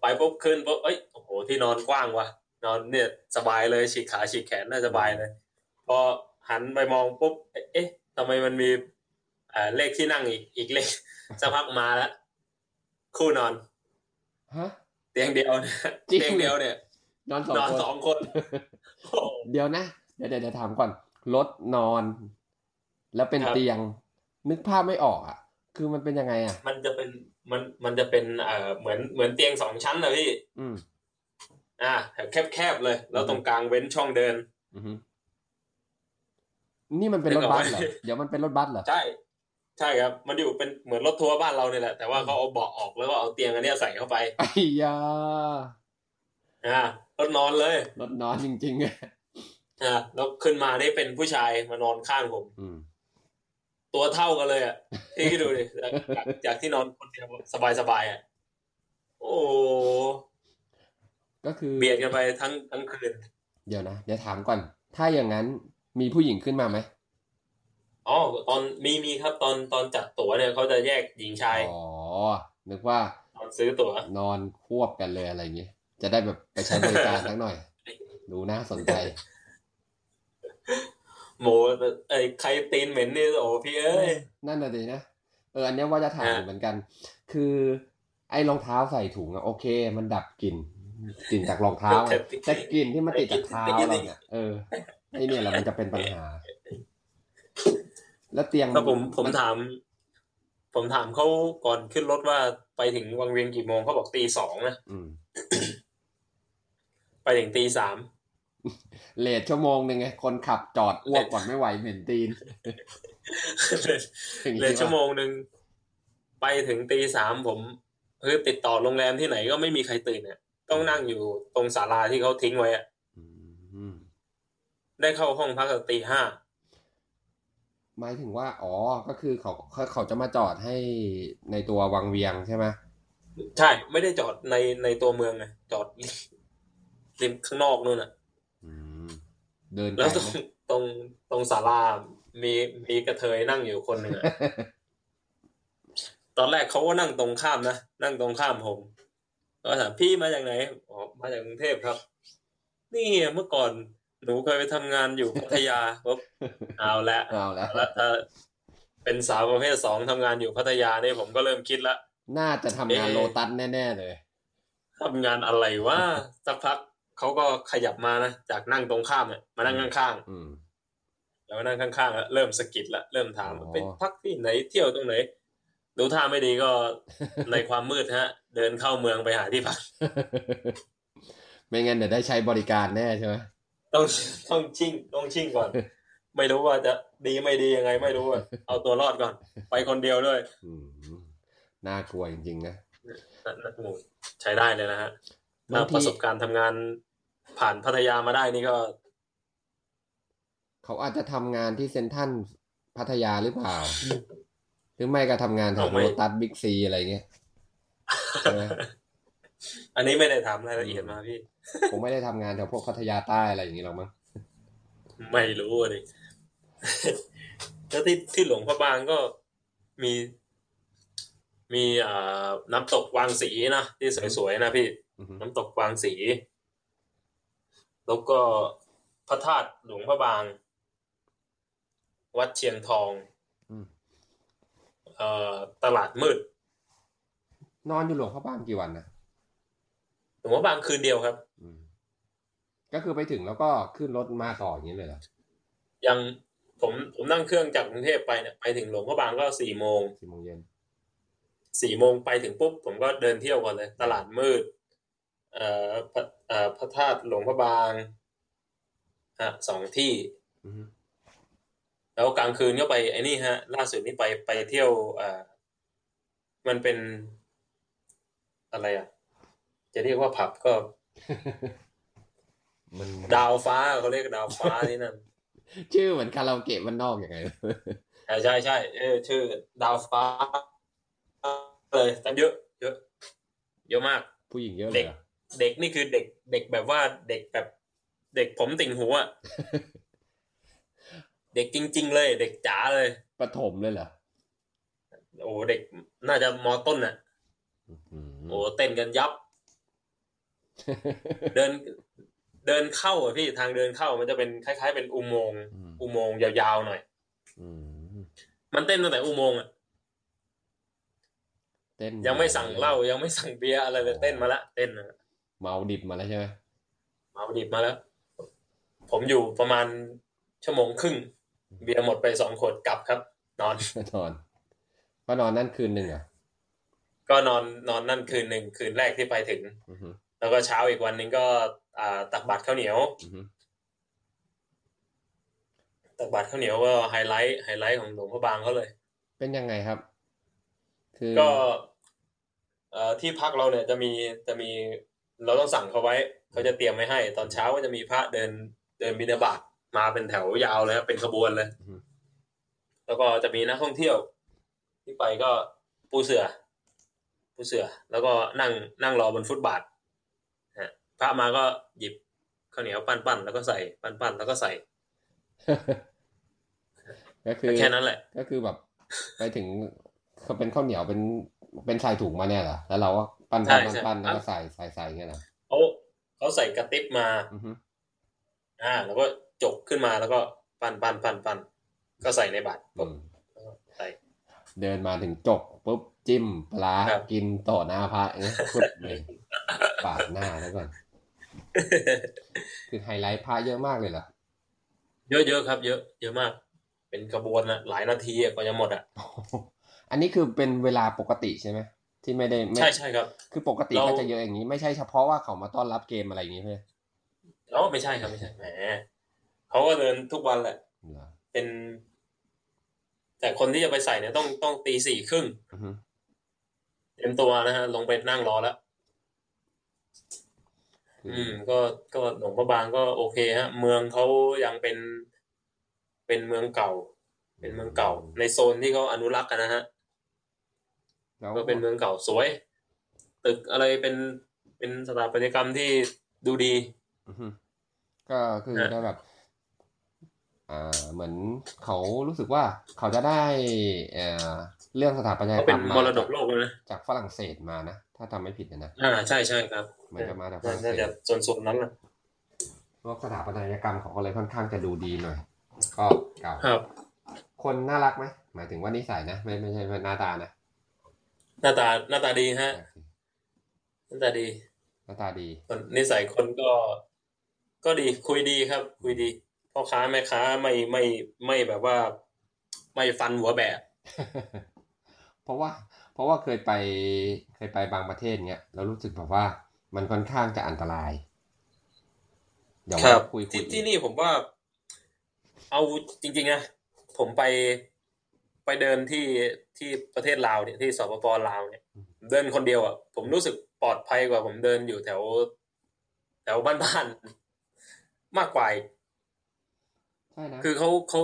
[SPEAKER 2] ไปปุ๊บขึ้นปุ๊บเอ้ยโอ้โหที่นอนกว้างว่ะ นอนเนี่ยสบายเลยฉีกขาฉีกแขนน่าสบายเลย พอหันไปมองปุ๊บ เอ๊ะเอ๊ะทำไมมันมี อ่าเลขที่นั่งอีกอีกเลข สักพักมาแล้วคู่นอน
[SPEAKER 1] ฮะ
[SPEAKER 2] เตียงเดียวเนี่ย
[SPEAKER 1] จริง
[SPEAKER 2] เตียงเดียวเนี่ย
[SPEAKER 1] นอนสอง
[SPEAKER 2] นอน
[SPEAKER 1] คน
[SPEAKER 2] สองคนโอ้โห
[SPEAKER 1] เดี๋ยวนะ เดี๋ยวเดี๋ยวเดี๋ยวถามก่อนรถนอน แล้วเป็น
[SPEAKER 2] ครับ
[SPEAKER 1] เตียง นึกภาพไม่ออกอ่ะ คือมันเป็นยังไงอ่ะ
[SPEAKER 2] มันจะเป็นมันมันจะเป็นเอ่อเหมือนเหมือนเตียงสองชั้นนะพี่
[SPEAKER 1] อืม
[SPEAKER 2] อ่าแคบแคบๆเลย แล้วตรงกลางเว้นช่องเดิน
[SPEAKER 1] อือฮึนี่มันเป็นรถบัสเหรอ เดี๋ยวมันเป็นรถบัสเหรอ
[SPEAKER 2] ใช่ ใช่ครับ มันอยู่เป็นเหมือนรถทัวร์บ้านเราเนี่ยแหละ แต่ว่าเขาเอาเบาะออกแล้วก็เอาเตียงอันเนี้ยใส่เข้าไป
[SPEAKER 1] ไอ้ยา
[SPEAKER 2] อ่ารถนอนเลย
[SPEAKER 1] รถนอนจริงๆอะ
[SPEAKER 2] อ่าแล้วขึ้นมาได้เป็นผู้ชายมานอนข้างผม
[SPEAKER 1] อืม
[SPEAKER 2] ตัวเท่ากันเลยอ่ะพี่คิดดูดิจากจากจากที่นอนคนเดียวสบายสบายๆอ่ะ โอ้โห
[SPEAKER 1] ก็คือ
[SPEAKER 2] เบียดกันไปทั้งทั้งคืน
[SPEAKER 1] เดี๋ยวนะ เดี๋ยวถามก่อน ถ้าอย่างนั้นมีผู้หญิงขึ้นมาไหม
[SPEAKER 2] อ๋อ ตอนมีมีครับตอนตอนจัดตั๋วเนี่ยเขาจะแยกหญิงชาย
[SPEAKER 1] อ๋อ นึกว่า
[SPEAKER 2] ตอนซื้อตั๋ว
[SPEAKER 1] นอนควบกันเลยอะไรอย่างเงี้ย จะได้แบบไปใช้บริการสักหน่อย ดูน่าสนใจ
[SPEAKER 2] โมไอ้ใครตีนเหม็นนี่โอ้พี่เอ้ย
[SPEAKER 1] นั่นน่ะดินะ เออ อันเนี้ยว่าจะถาม
[SPEAKER 2] อ่ะ
[SPEAKER 1] อยู่เหมือนกัน คือ ไอ้รองเท้าใส่ถุงอะโอเค มันดับกลิ่น กลิ่นจากรองเท้าอะแต่กลิ่นที่มันติดจากเท้าเราเนี่ย เออ ไอ้เนี่ยแหละมันจะเป็นปัญหา แล้วเตียง
[SPEAKER 2] ถ้าผมผมถาม ผมถามเขาก่อนขึ้นรถว่าไปถึงวังเวียงกี่โมงเขาบอกตีสองนะ
[SPEAKER 1] อืม
[SPEAKER 2] ไปถึงตี สาม
[SPEAKER 1] เลทชั่วโมงหนึ่งไง คนขับจอดอ้วกก่อนไม่ไหวเหม็นตีนถึง
[SPEAKER 2] เลยชั่วโมงหนึ่งไปถึงตีสามผมคือติดต่อโรงแรมที่ไหนก็ไม่มีใครตื่นเนี่ยต้องนั่งอยู่ตรงศาลาที่เขาทิ้งไว้อะ
[SPEAKER 1] อืม
[SPEAKER 2] ได้เข้าห้องพักตั้งแต่ตีห้า
[SPEAKER 1] หมายถึงว่า อ๋อ ก็คือเขาเขาเขาจะมาจอดให้ในตัววังเวียงใช่ไหม
[SPEAKER 2] ใช่ ไม่ได้จอดในในตัวเมืองไงจอดริมข้างนอกนู่นน่ะ
[SPEAKER 1] อืม เดินไกล
[SPEAKER 2] แล้วตรง
[SPEAKER 1] ไหม
[SPEAKER 2] ตรงตรงศาลามีมีกระเทยนั่งอยู่คนหนึ่งอะ ตอนแรกเขาก็นั่งตรงข้ามนะนั่งตรงข้ามผมก็ถามพี่มาจากไหนอ๋อมาจากกรุงเทพครับ นี่เมื่อก่อนหนูเคยไปทำงานอยู่พัทยาปุ๊บเอาละ
[SPEAKER 1] เอาแล้ว
[SPEAKER 2] แล้วเอ่อเป็นสาวประเภทสองทำงานอยู่พัทยาเนี่ยผมก็เริ่มคิดละ
[SPEAKER 1] น่าจะทำงาน
[SPEAKER 2] เอ๊ะ
[SPEAKER 1] โลตัสแน่ๆเลย
[SPEAKER 2] ทำงานอะไรวะสักพักเขาก็ขยับมานะจากนั่งตรงข้ามเนี่ยมานั่งข้างๆ
[SPEAKER 1] อืม
[SPEAKER 2] แล้วนั่งข้างๆอะเริ่มสะกิดละเริ่มถาม
[SPEAKER 1] อ๋อ
[SPEAKER 2] ไปพักที่ไหนเที่ยวตรงไหน ดูท่าไม่ดีก็ ในความมืดฮะ เดินเข้าเมืองไปหาที่พัก
[SPEAKER 1] ไม่งั้นเดี๋ยวได้ใช้บริการแน่ใช่ไหม
[SPEAKER 2] ต้องต้องชิ่งต้องชิ่งก่อน ไม่รู้ว่าจะดีไม่ดียังไงไม่รู้อะเอาตัวรอดก่อน ไปคนเดียวด้วย
[SPEAKER 1] อืมน่ากลัวจริงๆนะ
[SPEAKER 2] นั่นนั่นโอ้โหใช้ได้เลยนะฮะ
[SPEAKER 1] บา
[SPEAKER 2] ถ้าง ป
[SPEAKER 1] ที
[SPEAKER 2] ระสบการณ์ทำงานผ่านพัทยามาได้นี่ก็
[SPEAKER 1] เขาอาจจะทำงานที่เซ็นทรัลพัทยาหรือเปล่า หรือไม่ก็ทำงานแถวโลตัสบิ๊กซีอะไรเงี้ยใช่ไหม
[SPEAKER 2] อันนี้ไม่ได้ถามรายละเอียดมาพี่
[SPEAKER 1] ผมไม่ได้ทำงานแถวพวกพัทยาใต้อะไรอย่างนี้หรอกมั้ง
[SPEAKER 2] ไม่รู้ เลย แล้วที่ที่หลวงพระบางก็มี มีอ่าน้ำตกวางสีนะที่สวยๆนะพี่
[SPEAKER 1] อือฮึ
[SPEAKER 2] น้ำตกวางสี แล้วก็พระธาตุหลวงพระบาง วัดเชียงทอง
[SPEAKER 1] อืม
[SPEAKER 2] เอ่อตลาดมืด
[SPEAKER 1] นอนอยู่หลวงพ่อบางกี่วันนะ
[SPEAKER 2] หลวงพระบางคืนเดียวครับ
[SPEAKER 1] อืม ก็คือไปถึงแล้วก็ขึ้นรถมาต่ออย่างนี้เลยเหรอ
[SPEAKER 2] ยังผมผมนั่งเครื่องจากกรุงเทพไปเนี่ยไปถึงหลวงพระบางก็สี่โมง
[SPEAKER 1] สี่โมงเย็น
[SPEAKER 2] สี่โมงไปถึงปุ๊บ ผมก็เดินเที่ยวก่อนเลย ตลาดมืด เอ่อพระเอ่อพระธาตุหลวงพระบางอ่ะสองที่
[SPEAKER 1] อือฮึ
[SPEAKER 2] แล้วกลางคืนก็ไปไอ้นี่ฮะ ล่าสุดนี่ไปไปเที่ยวเอ่อมันเป็นอะไรอ่ะ จะเรียกว่าผับก็
[SPEAKER 1] มัน
[SPEAKER 2] ดาวฟ้าเขาเรียกดาวฟ้านี่นั่น
[SPEAKER 1] ชื่อเหมือนคาราโอเกะมันนอกอย่างไง
[SPEAKER 2] อ่ะใช่ใช่เออชื่อ ดาวฟ้าเลยแต่เยอะ เยอะ เยอะมาก
[SPEAKER 1] ผู้หญิงเยอะเลยเหรอ
[SPEAKER 2] เด็กนี่คือเด็กเด็กแบบว่าเด็กแบบ เด็กผมติ่งหู อะเด็กจริง ๆ เลย เด็กจ๋าเลย
[SPEAKER 1] ประถมเลยเหรอ
[SPEAKER 2] โอ้เด็กน่าจะมอต้นน่ะ
[SPEAKER 1] อื้อหือ
[SPEAKER 2] โอ้เต้นกันยับ เดิน เดินเข้าอะพี่ทางเดินเข้ามันจะเป็นคล้าย ๆ เป็นอุโมงค์
[SPEAKER 1] อืม
[SPEAKER 2] อุโมงค์ยาวๆหน่อย
[SPEAKER 1] อืม
[SPEAKER 2] มันเต้นตั้งแต่อุโมงค์อะ
[SPEAKER 1] เต้น
[SPEAKER 2] ยังไม่สั่งเหล้ายังไม่สั่งเบียร์อะไรเลยเต้นมาละเต้นอะ
[SPEAKER 1] เมาดิบมาแล้วใช่ไหม
[SPEAKER 2] เมาดิบมาแล้ว ผมอยู่ประมาณชั่วโมงครึ่ง เบียร์หมดไปสองขวดกลับครับ นอน
[SPEAKER 1] ก็นอนก็นอนนั่นคืนหนึ่งเหรอ่ะ
[SPEAKER 2] ก็นอนนอนนั่นคืนหนึ่งคืนแรกที่ไปถึง
[SPEAKER 1] อือฮึ
[SPEAKER 2] แล้วก็เช้าอีกวันหนึงก็อ่าตักบาตรข้าวเหนียว
[SPEAKER 1] อือฮึ
[SPEAKER 2] ตักบาตรข้าวเหนียวก็ไฮไลท์ไฮไลท์ของหลวงพ่อบางเขาเลย
[SPEAKER 1] เป็นยังไงครับ คือ
[SPEAKER 2] ก็เอ่อที่พักเราเนี่ยจะมีจะมีเราต้องสั่งเขาไว้เขาจะเตรียมไว้ให้ ตอนเช้าก็จะมีพระเดินเดินบิณฑบาตมาเป็นแถวยาวเลยครับเป็นขบวนเลย
[SPEAKER 1] อือฮึ
[SPEAKER 2] แล้วก็จะมีนักท่องเที่ยว ที่ไปก็ปูเสือปูเสือ แล้วก็นั่งนั่งรอบนฟุตบาทฮะพระมาก็หยิบข้าวเหนียวปั้นๆแล้วก็ใส่ปั้นๆแล้วก็ใส่
[SPEAKER 1] ก็คือ
[SPEAKER 2] แค่นั้นแหละ
[SPEAKER 1] ก็คือแบบ ไปถึงเขาเป็นข้าวเหนียวเป็นเป็นใส่ถุงมาเนี่ยเหรอแล้วเราก็ปั้น
[SPEAKER 2] ใช่
[SPEAKER 1] ปั้น
[SPEAKER 2] ใช่
[SPEAKER 1] ปั้นแล้วก็ใส่ใส่ใส่อย่างเงี้ยเหรอ
[SPEAKER 2] เขาเขาใส่กระติบมา
[SPEAKER 1] อือฮึ
[SPEAKER 2] อ่า แล้วก็จกขึ้นมาแล้วก็ปั้นปั้นปั้นปั้นก็ใส่ในบาตร
[SPEAKER 1] อืม
[SPEAKER 2] ใส่
[SPEAKER 1] เดินมาถึงจกปุ๊บจิ้มปลา
[SPEAKER 2] ครับ
[SPEAKER 1] กินต่อหน้าพระอย่างเงี้ยพุดเลยปาดหน้าแล้วก่อนคือไฮไลท์พระเยอะมากเลยเหรอ
[SPEAKER 2] เยอะๆครับ เยอะ เยอะมาก เป็นขบวนนะหลายนาทีอะกว่าจะหมดอ่ะ
[SPEAKER 1] โอ้โหอันนี้คือเป็นเวลาปกติใช่ไหมที่ไม่ได้ไม่
[SPEAKER 2] ใช่ใช่ครับ
[SPEAKER 1] คือปกติ
[SPEAKER 2] เรา
[SPEAKER 1] ก็จะเยอะอย่างนี้ไม่ใช่เฉพาะว่าเขามาต้อนรับเกมอะไรอย่างนี้เพื่อน
[SPEAKER 2] อ๋อไม่ใช่ครับไม่ใช่แหมเขาก็เดินทุกวันแหละ
[SPEAKER 1] เหรอ
[SPEAKER 2] เป็น แต่คนที่จะไปใส่เนี่ยต้องต้องตีสี่ครึ่ง
[SPEAKER 1] อือฮึ
[SPEAKER 2] เต็มตัวนะฮะลงไปนั่งรอแล้ว
[SPEAKER 1] คือ
[SPEAKER 2] อืม ก็ก็หลวงพระบางก็โอเคฮะ เมืองเขายังเป็น เป็นเมืองเก่า เป็นเมืองเก่า ในโซนที่เขาอนุรักษ์กันนะฮะ
[SPEAKER 1] แล้ว
[SPEAKER 2] ก็เป็นเมืองเก่าสวย ตึกอะไรเป็นเป็นสถาปัตยกรรมที่ดูดี
[SPEAKER 1] อือฮึก็คือได้แบบ อ่า เหมือนเขารู้สึกว่าเขาจะได้เอ่อเรื่องสถาปัตย
[SPEAKER 2] เขา
[SPEAKER 1] กรรม
[SPEAKER 2] เป็นมรดก
[SPEAKER 1] จา
[SPEAKER 2] โลกเลยนะ
[SPEAKER 1] จากฝรั่งเศสมานะถ้าทำไม่ผิดนะนะ
[SPEAKER 2] อ่าใช่ใช่ครับ
[SPEAKER 1] เหมือนจะมาจากฝรั่งเศ
[SPEAKER 2] น่า
[SPEAKER 1] ส
[SPEAKER 2] จะส่วนส่วนนั้นนะ
[SPEAKER 1] พวกสถาปัตยกรรมเขาก็เลยค่อนข้างจะดูดีหน่อยก็เก่า
[SPEAKER 2] ครับ
[SPEAKER 1] คนน่ารักไหมหมายถึงว่านิสัยนะไม่ไม่ใช่ว่าหน้าตานะ
[SPEAKER 2] หน้าตาหน้าตาดีฮะ หน้าตาดี
[SPEAKER 1] หน้าตาดี
[SPEAKER 2] คนนิสัยคนก็ ก็ดีคุยดีครับ คุยดีพ่อค้าแม่ค้าไม่ไม่ไม่แบบว่า ไม่ฟันหัวแบะ
[SPEAKER 1] เพราะว่า เพราะว่าเคยไปเคยไปบางประเทศเนี้ยแล้วรู้สึกแบบว่ามันค่อนข้างจะอันตราย เดี๋ยวไว้คุยคุ
[SPEAKER 2] ที่
[SPEAKER 1] ย
[SPEAKER 2] ที่นี่ผมว่า เอาจริงๆนะผมไปไปเดินที่ที่ประเทศลาวเนี่ยที่สปปลาวเนี่ย เดินคนเดียวอ่ะผมรู้สึกปลอดภัยกว่าผมเดินอยู่แถว แถวบ้านๆม ากกว่าอีก
[SPEAKER 1] ใช่นะ
[SPEAKER 2] คือเขาเขา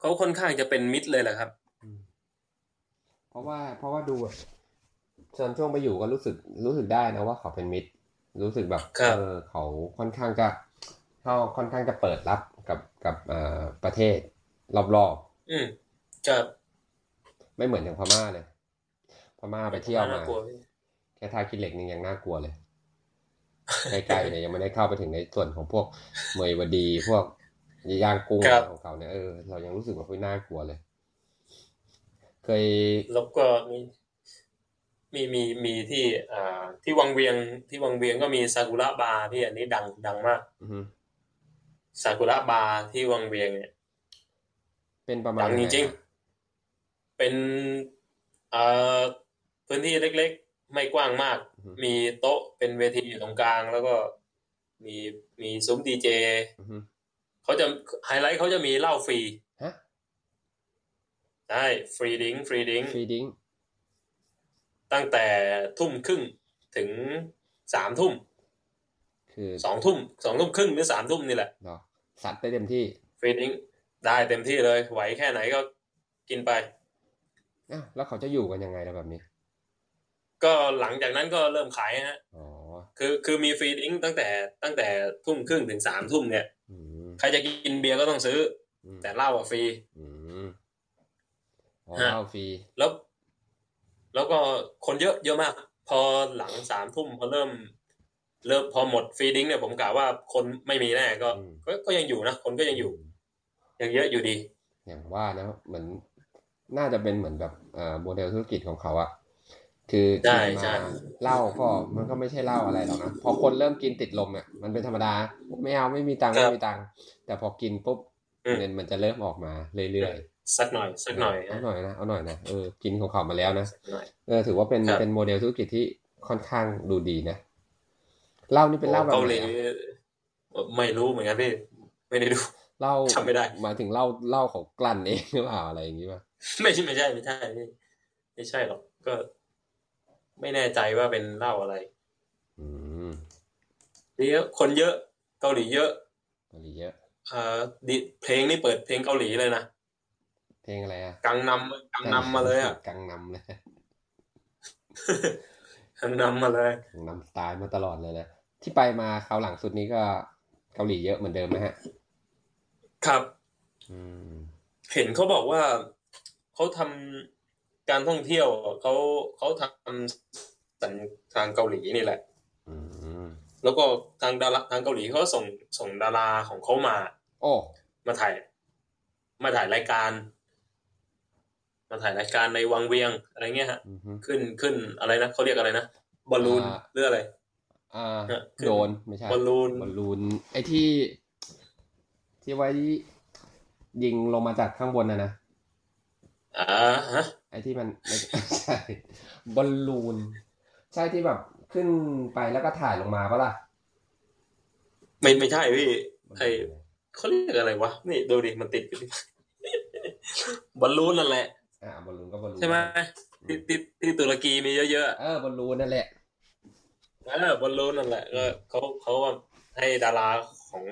[SPEAKER 2] เขาค่อนข้างจะเป็นมิตรเลยแหละครับ
[SPEAKER 1] มเพราะว่าเพราะว่าดูอะตอนช่วงไปอยู่ก็รู้สึกรู้สึกได้นะว่าเขาเป็นมิตร รู้สึกแบบ
[SPEAKER 2] ครับ
[SPEAKER 1] เออเขาค่อนข้างจะเขาค่อนข้างจะเปิดรับกับกับเอ่อประเทศรอบ
[SPEAKER 2] อืมจะ
[SPEAKER 1] ๆไม่เหมือนอย่างพม่าเลยพม่าไปเที่ยว
[SPEAKER 2] น่า
[SPEAKER 1] มา
[SPEAKER 2] กลัว
[SPEAKER 1] แค่ทาคิเหล็กนี่ยังน่ากลัวเลย ใกล้ๆเนี่ยยังไม่ได้เข้าไปถึงในส่วนของพวกเมยวดีพวกย่างกุ้งอะไรของเขาเนี่ยเออเรายังรู้สึกว่าเฮ้ยน่ากลัวเลย เคย
[SPEAKER 2] แล้วก็มีมีมีมีที่อ่าที่วังเวียงที่วังเวียงก็มีซากุระบาร์พี่อันนี้ดังดังมาก
[SPEAKER 1] อือฮึ
[SPEAKER 2] ซากุระบาร์ที่วังเวียงเนี่ย
[SPEAKER 1] เป็นประมาณ
[SPEAKER 2] ดังจริง
[SPEAKER 1] ไหนอะ
[SPEAKER 2] ๆ เป็นอ่าพื้นที่เล็กๆ ไม่กว้างมาก
[SPEAKER 1] อือฮึ
[SPEAKER 2] มีโต๊ะเป็นเวทีอยู่ตรงกลาง แล้วก็มีมีซุ้มดีเจ
[SPEAKER 1] อือฮึ
[SPEAKER 2] เขาจะไฮไลท์เขาจะมีเหล้าฟรี
[SPEAKER 1] ฮะ
[SPEAKER 2] ได้ฟรีดิงฟรีดิง
[SPEAKER 1] ฟรีดิ้ง
[SPEAKER 2] ตั้งแต่ทุ่มครึ่งถึงสามทุ่ม
[SPEAKER 1] คือ
[SPEAKER 2] สองทุ่มสองทุ่มครึ่งหรือสามทุ่มนี่แหละ
[SPEAKER 1] เนาะสัตว์ได้เต็มที่
[SPEAKER 2] ฟรีดิงได้เต็มที่เลย ไหวแค่ไหนก็กินไป
[SPEAKER 1] อ้าวแล้วเขาจะอยู่กันยังไงล่ะแบบนี้
[SPEAKER 2] ก็หลังจากนั้นก็เริ่มขายฮะ
[SPEAKER 1] อ๋อ
[SPEAKER 2] คือคือมีฟรีดิงตั้งแต่ตั้งแต่ทุ่มครึ่งถึงสามทุ่มเนี่ย
[SPEAKER 1] อืม
[SPEAKER 2] ใครจะกินเบียร์ก็ต้องซื้อ
[SPEAKER 1] อืม
[SPEAKER 2] แต่เหล้าอะฟรี
[SPEAKER 1] อืมอ๋อ
[SPEAKER 2] ฮะ
[SPEAKER 1] เหล้าฟรี
[SPEAKER 2] แล้ว แล้วก็คนเยอะเยอะมาก พอหลังสามทุ่มพอเริ่ม เริ่มพอหมดฟรีดิงเนี่ยผมกะว่าคนไม่มีแน่ก็
[SPEAKER 1] อืม
[SPEAKER 2] ก็ก็ยังอยู่นะคนก็ยังอยู่ ยังเยอะอยู่ดี
[SPEAKER 1] อย่างว่านะเหมือน น่าจะเป็นเหมือนแบบเอ่อโมเดลธุรกิจของเขาอะคือ
[SPEAKER 2] ใช่
[SPEAKER 1] กิน
[SPEAKER 2] ใช่
[SPEAKER 1] มาเหล้าก็มันก็ไม่ใช่เหล้าอะไรหรอกนะพอคนเริ่มกินติดลมเนี่ยมันเป็นธรรมดาไม่เอาไม่มีตังค์ไม่มีตังค์แต่พอกินปุ๊บ
[SPEAKER 2] อืม
[SPEAKER 1] เงินมันจะเริ่มออกมาเรื่อย
[SPEAKER 2] สักหน่อย สัก
[SPEAKER 1] ๆ
[SPEAKER 2] หน่อย
[SPEAKER 1] เอาหน่อยนะเอาหน่อยนะเออกินของเขามาแล้วนะ
[SPEAKER 2] สักหน่อย
[SPEAKER 1] เออถือว่าเป็น
[SPEAKER 2] ครับ
[SPEAKER 1] เป็นโมเดลธุรกิจที่ค่อนข้างดูดีนะเหล้านี่เป็นเหล้าแบบ
[SPEAKER 2] เกา
[SPEAKER 1] ไห
[SPEAKER 2] ห
[SPEAKER 1] น
[SPEAKER 2] ลี
[SPEAKER 1] อะ
[SPEAKER 2] ไม่รู้เหมือนกันพี่ไม่ได้ดู
[SPEAKER 1] เหล้า
[SPEAKER 2] จำไม่ได้
[SPEAKER 1] หมายถึงเหล้าเหล้าของกลั่นเองหรือเปล่าอะไรอย่างงี้ป่ะ
[SPEAKER 2] ไม่ใช่ไม่ใช่ไม่ใช่พี่ไม่ใช่หรอกก็ ไม่แน่ใจว่าเป็นเหล้าอะไร
[SPEAKER 1] อืม
[SPEAKER 2] นี่คนเยอะเกาหลีเยอะ
[SPEAKER 1] เกาหลีเยอะ
[SPEAKER 2] อ่าดิเพลงนี่เปิดเพลงเกาหลีเลยนะ
[SPEAKER 1] เพลงอะไรอ่ะ
[SPEAKER 2] กังนำกังนำมาเลยอ่ะ
[SPEAKER 1] กังนำเลย
[SPEAKER 2] กังนำมาเลย
[SPEAKER 1] กังนำสไตล์มาตลอดเลยนะที่ไปมาคราวหลังสุดนี้ก็เกาหลีเยอะเหมือนเดิมไหมฮะ
[SPEAKER 2] ครับ
[SPEAKER 1] อืม
[SPEAKER 2] เห็นเขาบอกว่าเขาทำการท่องเที่ยวเขาเขาทำสัญทางเกาหลีนี่แหละ
[SPEAKER 1] อืม
[SPEAKER 2] แล้วก็ทางดาราทางเกาหลีเขาส่งส่งดาราของเขามา
[SPEAKER 1] โอ้
[SPEAKER 2] มาถ่าย มาถ่ายรายการ มาถ่ายรายการในวังเวียงอะไรเงี้ยฮะ
[SPEAKER 1] อือฮึ
[SPEAKER 2] ขึ้นขึ้นอะไรนะเขาเรียกอะไรนะบอลลูน
[SPEAKER 1] อ่า
[SPEAKER 2] หรืออะไร
[SPEAKER 1] อ่า
[SPEAKER 2] เออคือ
[SPEAKER 1] โดนไม่ใช่
[SPEAKER 2] บอลลูน
[SPEAKER 1] บอลลูนไอ้ที่ ที่ไว้ยิงลงมาจากข้างบนนะนะ
[SPEAKER 2] อ่าฮะ
[SPEAKER 1] ไอ้ที่มัน ไม่ใช่บอลลูน ใช่ที่แบบขึ้นไปแล้วก็ถ่ายลงมาปะล่ะ
[SPEAKER 2] ไม่ไม่ใช่พี่ ไอ้ เขาเรียกอะไรวะนี่ดูดิมันติดอยู่ ที่ บอลลูนนั่นแหละ
[SPEAKER 1] อ่าบอลลูนก็บอลลูน
[SPEAKER 2] ใช่ไหมที่ที่ที่ตุรกีมีเยอะ
[SPEAKER 1] เออบอลลูนนั่นแหละ
[SPEAKER 2] ๆเออบอลลูนนั่นแหละก็เขาเขาว่าให้ดาราของ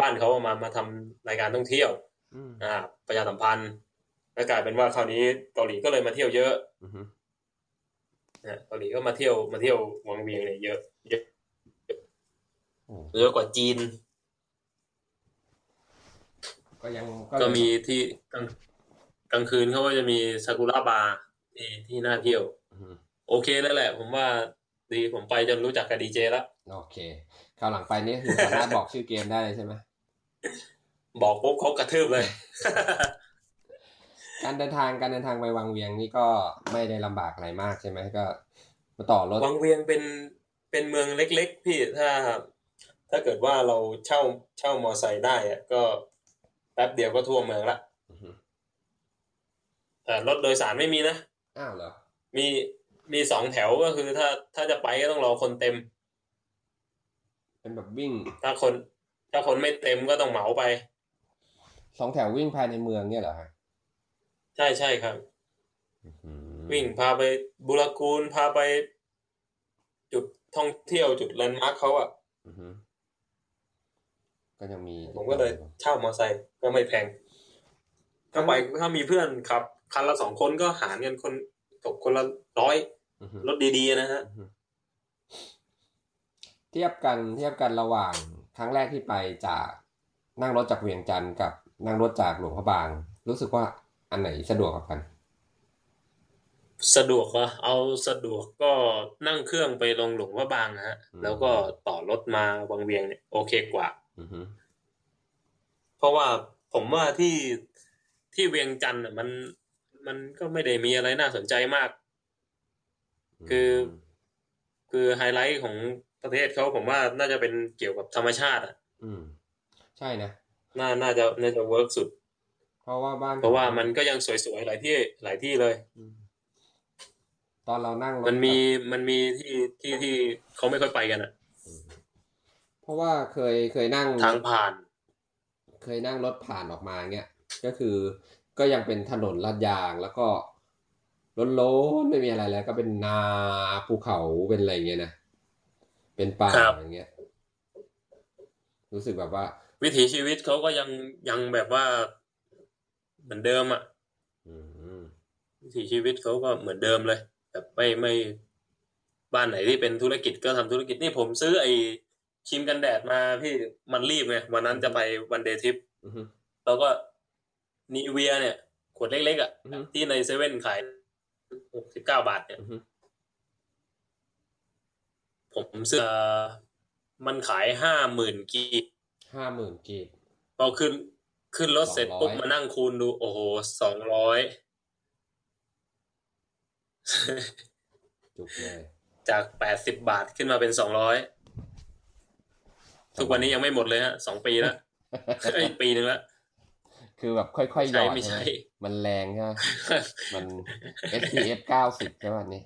[SPEAKER 2] บ้านเขาเอามามาทำรายการท่องเที่ยว
[SPEAKER 1] อืม
[SPEAKER 2] อ่าประชาสัมพันธ์แล้วกลายเป็นว่าคราวนี้เกาหลีก็เลยมาเที่ยวเยอะ
[SPEAKER 1] อือฮึ
[SPEAKER 2] นะเกาหลีก็มาเที่ยวมาเที่ยววังเวียงเนี่ยเยอะเยอะ
[SPEAKER 1] โอ้
[SPEAKER 2] เยอะกว่าจีน
[SPEAKER 1] ก็ยัง
[SPEAKER 2] ก็มีที่กลางกลางคืนเขาก็จะมีซากุระบาร์ที่ที่น่าเที่ยว
[SPEAKER 1] อือฮึ
[SPEAKER 2] โอเคแล้วแหละ ผมว่าดีผมไปจนรู้จักกับดีเจแล้ว
[SPEAKER 1] โอเคคราวหลังไปนี่คือสามารถบอกชื่อเกมได้เลยใช่ไหม
[SPEAKER 2] บอกปุ๊บเขากระทืบเลย
[SPEAKER 1] การเดินทางการเดินทางไปวังเวียงนี่ก็ไม่ได้ลำบากอะไรมากใช่ไหมก็มาต่อรถ
[SPEAKER 2] วังเวียงเป็นเป็นเมืองเล็กๆ พี่ถ้า ถ้าเกิดว่าเราเช่าเช่ามอไซค์ได้อะก็แป๊บเดียวก็ทั่วเมืองละ
[SPEAKER 1] อือฮึ
[SPEAKER 2] เอ่อรถโดยสารไม่มีนะ
[SPEAKER 1] อ้าวเหรอ
[SPEAKER 2] มีมีสองแถวก็คือถ้าถ้าจะไปก็ต้องรอคนเต็ม
[SPEAKER 1] เป็นแบบวิ่ง
[SPEAKER 2] ถ้าคนถ้าคนไม่เต็มก็ต้องเหมาไป
[SPEAKER 1] สองแถววิ่งภายในเมืองเนี่ยเหรอฮะ
[SPEAKER 2] ใช่ใช่ครับ วิ่งพาไปบุรกูลพาไป จุดท่องเที่ยวจุดแลนด์มาร์คเขาอ่ะ
[SPEAKER 1] อือฮึก็ยังมี
[SPEAKER 2] ผมก็เลยเช่ามอไซค์ก็ไม่แพงถ้าไปถ้ามีเพื่อนครับ คันละสองคนก็หารกันคนตกคนละร้อย
[SPEAKER 1] อือฮึ
[SPEAKER 2] รถดีๆนะฮะ
[SPEAKER 1] เทียบกันเทียบกันระหว่างครั้งแรกที่ไปจากนั่งรถจากเวียงจันทร์กับนั่งรถจากหลวงพระบาง รู้สึกว่าอันไหนสะดวกกว่ากัน
[SPEAKER 2] สะดวกก็เอาสะดวกก็นั่งเครื่องไปลงหลวงพระบางนะฮะ
[SPEAKER 1] อืม
[SPEAKER 2] แล้วก็ต่อรถมาวังเวียงเนี่ยโอเคกว่า
[SPEAKER 1] อือฮึ
[SPEAKER 2] เพราะว่าผมว่าที่ที่เวียงจันทร์น่ะมันมันก็ไม่ได้มีอะไรน่าสนใจมาก คือ คือไฮไลท์ของประเทศเขาผมว่าน่าจะเป็นเกี่ยวกับธรรมชาติอ่ะ
[SPEAKER 1] อืมใช่นะ
[SPEAKER 2] น่าน่าจะน่าจะเวิร์กสุด
[SPEAKER 1] เพราะว่าบ้าน
[SPEAKER 2] เพราะว่ามันก็ยังสวยๆหลายที่หลายที่เลย
[SPEAKER 1] อืมตอนเรานั่งรถ
[SPEAKER 2] มันมีมันมีที่ที่ที่เขาไม่ค่อยไปกันอ่ะ
[SPEAKER 1] อืมเพราะว่าเคยเคยนั่ง
[SPEAKER 2] ทางผ่าน
[SPEAKER 1] เคยนั่งรถผ่านออกมาเงี้ย ก็คือก็ยังเป็นถนนลาดยางแล้วก็โล้นๆไม่มีอะไรแล้ว ก็เป็นนาภูเขาเป็นอะไรอย่างเงี้ยนะ เป็นป่า
[SPEAKER 2] ครับ
[SPEAKER 1] อย่างเงี้ย รู้สึกแบบว่า
[SPEAKER 2] วิถีชีวิตเขาก็ยังยังแบบว่าเหมือนเดิมอ่ะ
[SPEAKER 1] อืม
[SPEAKER 2] วิถีชีวิตเขาก็เหมือนเดิมเลย แบบไม่ไม่บ้านไหนที่เป็นธุรกิจก็ทำธุรกิจนี่ผมซื้อไอ้ครีมกันแดดมาพี่มันรีบไงวันนั้นจะไปวันเดย์ทริป
[SPEAKER 1] อือฮึ
[SPEAKER 2] แล้วก็นีเวียเนี่ย ขวดเล็กๆอ่ะ
[SPEAKER 1] อือฮึ
[SPEAKER 2] ที่ในเซเว่นขายหกสิบเก้าบาทเนี่ย
[SPEAKER 1] อือฮึ
[SPEAKER 2] ผมซื้อเอ่อมันขายห้าหมื่นกีบ
[SPEAKER 1] ห้าหมื่นกีบ
[SPEAKER 2] พอขึ้นขึ้นรถเสร็จปุ๊บ
[SPEAKER 1] 200
[SPEAKER 2] มานั่งคูณดู โอ้โหสองร้อย
[SPEAKER 1] จุกเลย
[SPEAKER 2] จากแปดสิบบาทขึ้นมาเป็นสองร้อยทุกวันนี้ยังไม่หมดเลยฮะสองปี แล้วไอ้ยปีหนึ่งแล้ว
[SPEAKER 1] คือแบบค่อยๆหย
[SPEAKER 2] ใช้
[SPEAKER 1] อด
[SPEAKER 2] ไม่ใช่
[SPEAKER 1] นะมันแรงใช่ไหมมัน SPF 90ใช่ป่ะนี่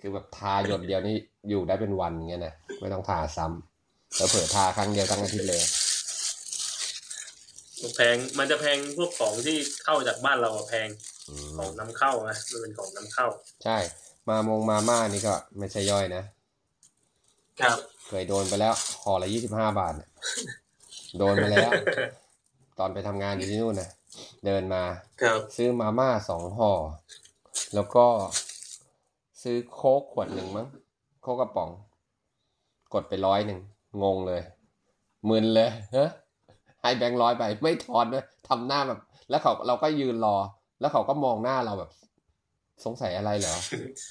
[SPEAKER 1] คือแบบทาหยดเดียวนี่อยู่ได้เป็นวันอย่างเงี้ยนะไม่ต้องทาซ้ำแล้วเผื่อทาครั้งเดียวทั้งอาทิตย์เลย
[SPEAKER 2] แพงมันจะแพงพวกของที่เข้าจากบ้านเราอะแพง
[SPEAKER 1] อื
[SPEAKER 2] ขอ
[SPEAKER 1] ม
[SPEAKER 2] งนำเข้านะมันเป็นของนำเข้า
[SPEAKER 1] ใช่ มามงมาม่านี่ก็ไม่ใช่ย่อยนะ
[SPEAKER 2] ครับ
[SPEAKER 1] เคยโดนไปแล้วห่อละยี่สิบห้าบาทเนี่ยโดนมาแล้ว ตอนไปทำงานอยู่ที่นู่นนะเดินมา
[SPEAKER 2] ครับ
[SPEAKER 1] ซื้อมาม่าสองห่อ แล้วก็ซื้อโค้กขวดหนึ่งมั้ง โค้กกระป๋อง กดไปร้อยหนึ่ง งงเลยมึนเลยฮะให้แบงค์ร้อยไป ไม่ทอนด้วยทำหน้าแบบ แล้วเขาเราก็ยืนรอ แล้วเขาก็มองหน้าเราแบบ สงสัยอะไรเหรอ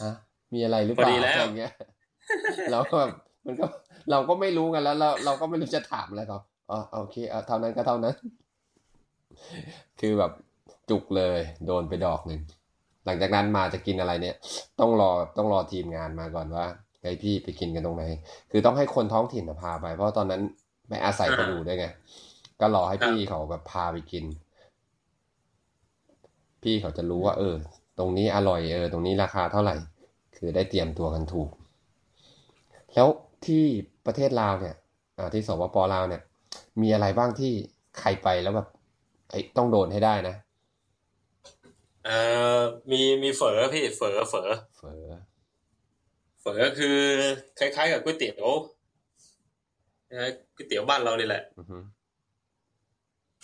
[SPEAKER 1] ฮะ มีอะไรหรือเป
[SPEAKER 2] พ
[SPEAKER 1] ล่า
[SPEAKER 2] อดีแล้ว
[SPEAKER 1] อะไรอย่างเงี้ย เราก็แบบมันก็ เราก็ไม่รู้กันแล้ว เราเราก็ไม่รู้จะถามอะไรเขาอ๋อโอเคเอาเท่านั้นก็เท่านั้น คือแบบจุกเลยโดนไปดอกหนึ่ง หลังจากนั้นมาจะกินอะไรเนี่ย ต้องรอต้องรอทีมงานมาก่อนว่าไอพี่ไปกินกันตรงไหน คือต้องให้คนท้องถิ่นน่ะพาไป เพราะตอนนั้นไม่อาศัยเขาอยู่ด้วยไง ก็รอให้พี่เขาแบบพาไปกิน พี่เขาจะรู้ว่า เออ ตรงนี้อร่อยเออ ตรงนี้ราคาเท่าไหร่ คือได้เตรียมตัวกันถูก แล้วที่ประเทศลาวเนี่ย อ่าที่สปปลาวเนี่ย มีอะไรบ้างที่ใครไปแล้วแบบไอ้ยต้องโดนให้ได้นะ
[SPEAKER 2] เอ่อมีมีเฝอพี่เฝอเฝอ
[SPEAKER 1] เฝอ
[SPEAKER 2] เฝอก็คือ คล้ายๆกับก๋วยเตี๋ยวนะฮะก๋วยเตี๋ยวบ้านเรานี่แหละ
[SPEAKER 1] อือฮึ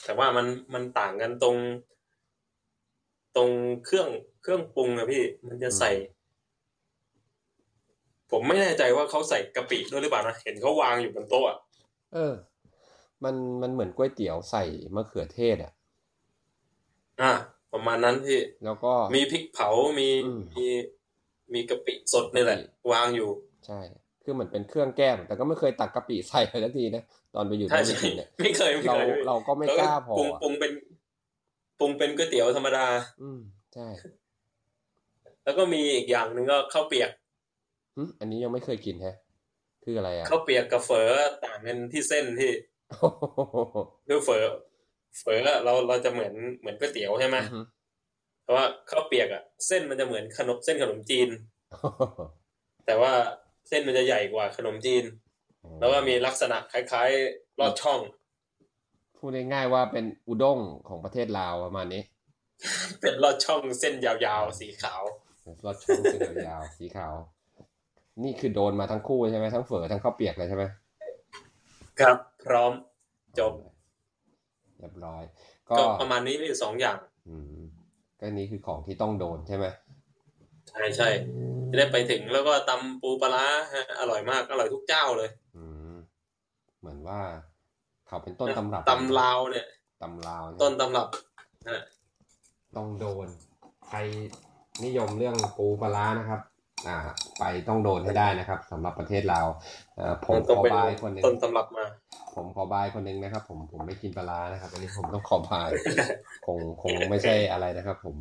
[SPEAKER 2] แต่ว่ามันมันต่างกันตรง ตรงเครื่องเครื่องปรุงอะพี่ มันจะใส่ ผมไม่แน่ใจว่าเขาใส่กะปิด้วยหรือเปล่านะเห็นเขาวางอยู่บนโต๊ะอะ
[SPEAKER 1] เออ มันมันเหมือนก๋วยเตี๋ยวใส่มะเขือเทศอ่ะ
[SPEAKER 2] อ่ะประมาณนั้นพี่
[SPEAKER 1] แล้วก็
[SPEAKER 2] มีพริกเผา มี
[SPEAKER 1] อืม
[SPEAKER 2] มีมีกะปิสดนี่แหละ
[SPEAKER 1] กะปิ
[SPEAKER 2] วางอยู่
[SPEAKER 1] ใช่ คือเหมือนเป็นเครื่องแก้ม แต่ก็ไม่เคยตักกะปิ ใส่เลยสักทีนะ ตอนไปอยู่
[SPEAKER 2] ใช่
[SPEAKER 1] ที่
[SPEAKER 2] ใช่
[SPEAKER 1] จีนเนี่ย
[SPEAKER 2] ไม่เคยไม่
[SPEAKER 1] เรา
[SPEAKER 2] เคย
[SPEAKER 1] เราก็ไม่กล้าพอ
[SPEAKER 2] ปรุงปรุงเป็นปรุงเป็นก๋วยเตี๋ยวธรรมดา
[SPEAKER 1] อืม ใช่
[SPEAKER 2] แล้วก็มีอีกอย่างหนึ่งก็ข้าวเปียก
[SPEAKER 1] หึอันนี้ยังไม่เคยกินแฮะ คืออะไรอ่ะ
[SPEAKER 2] ข้าวเปียกกับเฝอต่างกันที่เส้นที่ คือเฝอเฝอเราเราจะเหมือนเหมือนก๋วยเตี๋ยวใช่ไหม
[SPEAKER 1] อือฮึ
[SPEAKER 2] แต่ว่าข้าวเปียกอะเส้นมันจะเหมือนขนมเส้นขนมจีน แต่ว่าเส้นมันจะใหญ่กว่าขนมจีน แล้วก็มีลักษณะคล้ายๆลอดช่อง
[SPEAKER 1] พูดง่ายๆว่าเป็นอุด้งของประเทศลาวประมาณนี้
[SPEAKER 2] เป็นลอดช่องเส้นยาวๆสีขาว
[SPEAKER 1] รสช่องเส้นยาวๆสีขาว นี่คือโดนมาทั้งคู่ใช่ไหมทั้งเฝอทั้งข้าวเปียกเลยใช่ไหม
[SPEAKER 2] ครับ พร้อม จบ
[SPEAKER 1] เรียบร้อย ก็
[SPEAKER 2] ก็ประมาณนี้นี่สองอย่าง
[SPEAKER 1] อืมก็นี่คือของที่ต้องโดนใช่ไหม
[SPEAKER 2] ใช่ใช่จะได้ไปถึงแล้วก็ตำปูปลาร้าฮะอร่อยมากอร่อยทุกเจ้าเลย
[SPEAKER 1] อืมเหมือนว่า เขาเป็นต้นตำรับ
[SPEAKER 2] ตำลาวเนี่ย
[SPEAKER 1] ตำลาว
[SPEAKER 2] ต้
[SPEAKER 1] ต้
[SPEAKER 2] น
[SPEAKER 1] น
[SPEAKER 2] ตำรับ
[SPEAKER 1] ต้องโดน ใครนิยมเรื่องปูปลาร้านะครับ อ่า ไปต้องโดนให้ได้นะครับสำหรับประเทศลาวเอ่อผม
[SPEAKER 2] น
[SPEAKER 1] ข
[SPEAKER 2] ต้อง
[SPEAKER 1] อ
[SPEAKER 2] เป็น
[SPEAKER 1] บายคนหนึ่ง
[SPEAKER 2] ต้นตำรับมา
[SPEAKER 1] ผมขอบายคนหนึ่งนะครับ ผมผมไม่กินปลาร้านะครับอันนี้ผมต้องขอบ าย คงคงไม่ใช่อะไรนะครับ ผม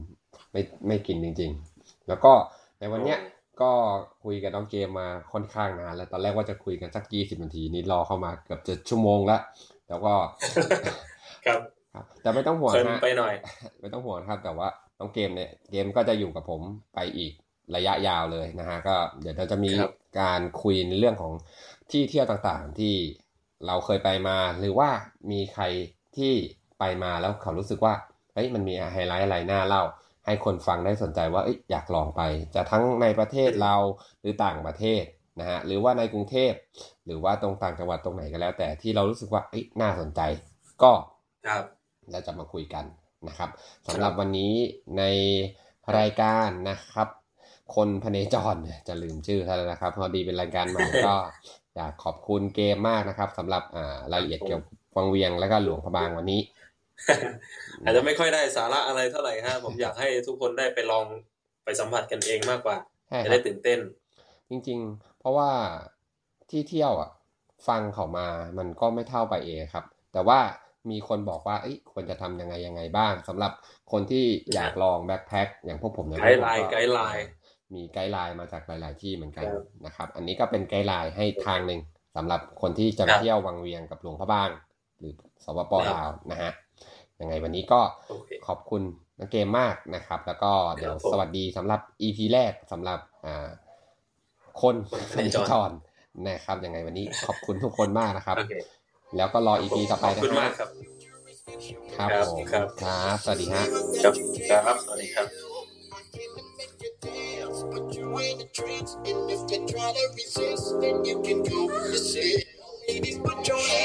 [SPEAKER 1] ไม่ไม่กินจริง ๆ แล้วก็ในวันเนี้ย ก็คุยกับน้องเกมมาค่อนข้างนานแล้วตอนแรกว่าจะคุยกันสักยี่สิบนาทีนี่รอเข้ามาเกือบจะชั่วโมงละแล้ว ก็
[SPEAKER 2] ครับ
[SPEAKER 1] ครับแต่ไม่ต้องห่วง
[SPEAKER 2] เพลิน
[SPEAKER 1] ฮะ
[SPEAKER 2] ไปหน่อย
[SPEAKER 1] ไม่ต้องห่วงครับ แต่ว่าน้องเกมเนี่ยเกมก็จะอยู่กับผมไปอีกระยะยาวเลยนะฮะก็เดี๋ยวเราจะมี
[SPEAKER 2] ครับ
[SPEAKER 1] การคุยในเรื่องของที่เที่ยวต่างๆ ที่เราเคยไปมา หรือว่ามีใครที่ไปมาแล้วเขารู้สึกว่าเฮ้ยมันมีไฮไลท์อะไรน่าเล่า ให้คนฟังได้สนใจว่าเอ้ยอยากลองไป จะทั้งในประเทศเราหรือต่างประเทศนะฮะหรือว่าในกรุงเทพ หรือว่าตรงต่างจังหวัดตรงไหนก็แล้ว แต่ที่เรารู้สึกว่าเอ้ยน่าสนใจ ก็
[SPEAKER 2] ครับ
[SPEAKER 1] เราจะมาคุยกันนะครับสำหรับวันนี้ในรายการนะครับ คนพเนจรเนี่ยจะลืมชื่อท่านแล้วนะครับพอดีเป็นรายการใหม่ ก็อยากขอบคุณเกมมากนะครับสำหรับอ่ารายละเอียดเกี่ยวกับวังเวียงและก็หลวงพระบางวันนี้
[SPEAKER 2] อาจจะไม่ค่อยได้สาระอะไรเท่าไหร่ฮะ ผมอยากให้ทุกคนได้ไปลองไปสัมผัสกันเองมากกว่า
[SPEAKER 1] ใช่ค
[SPEAKER 2] จะ
[SPEAKER 1] รั
[SPEAKER 2] ได้
[SPEAKER 1] บ
[SPEAKER 2] ตื่นเต้น
[SPEAKER 1] จริงๆ เพราะว่าที่เที่ยวอ่ะ ฟังเขามามันก็ไม่เท่าไปเองครับ แต่ว่ามีคนบอกว่าเอ้ยควรจะทำยังไงยังไงบ้างสำหรับคนที่อยากลองแบ็คแพ็คอย่างพวกผมเนี่ย
[SPEAKER 2] ไกด์ไลน์
[SPEAKER 1] ผม
[SPEAKER 2] ไกด์ไลน์
[SPEAKER 1] มีไกด์ไลน์มาจากหลาย ๆ ที่เหมือนกันนะครับ อันนี้ก็เป็นไกด์ไลน์ให้ทางหนึ่งสำหรับคนที่จะมาเที่ยววังเวียงกับหลวงพระบาง หรือสปปลาวนะฮะยังไงวันนี้ก็
[SPEAKER 2] โอเค
[SPEAKER 1] ขอบคุณนักเกมมากนะครับ แล้วก็เดี๋ยว
[SPEAKER 2] ครับผม
[SPEAKER 1] สวัสดีสำหรับ EP แรกสำหรับอ่าคน
[SPEAKER 2] สัญจร
[SPEAKER 1] สัญจรนะครับยังไงวันนี้ขอบคุณทุกคนมากนะครับ
[SPEAKER 2] โอเค
[SPEAKER 1] แล้วก็รอ EP ต่อไป
[SPEAKER 2] ขอบ
[SPEAKER 1] นะ
[SPEAKER 2] คุณ
[SPEAKER 1] ครั
[SPEAKER 2] มา
[SPEAKER 1] บ
[SPEAKER 2] กครับครับค
[SPEAKER 1] ครับผม
[SPEAKER 2] รับ
[SPEAKER 1] ครับสวัสดีฮะ
[SPEAKER 2] ครับครับสวัสดีครับ
[SPEAKER 3] I came and make you dance, put you in a trance, and if you try to resist, then you can go to see. Ladies, put your hands.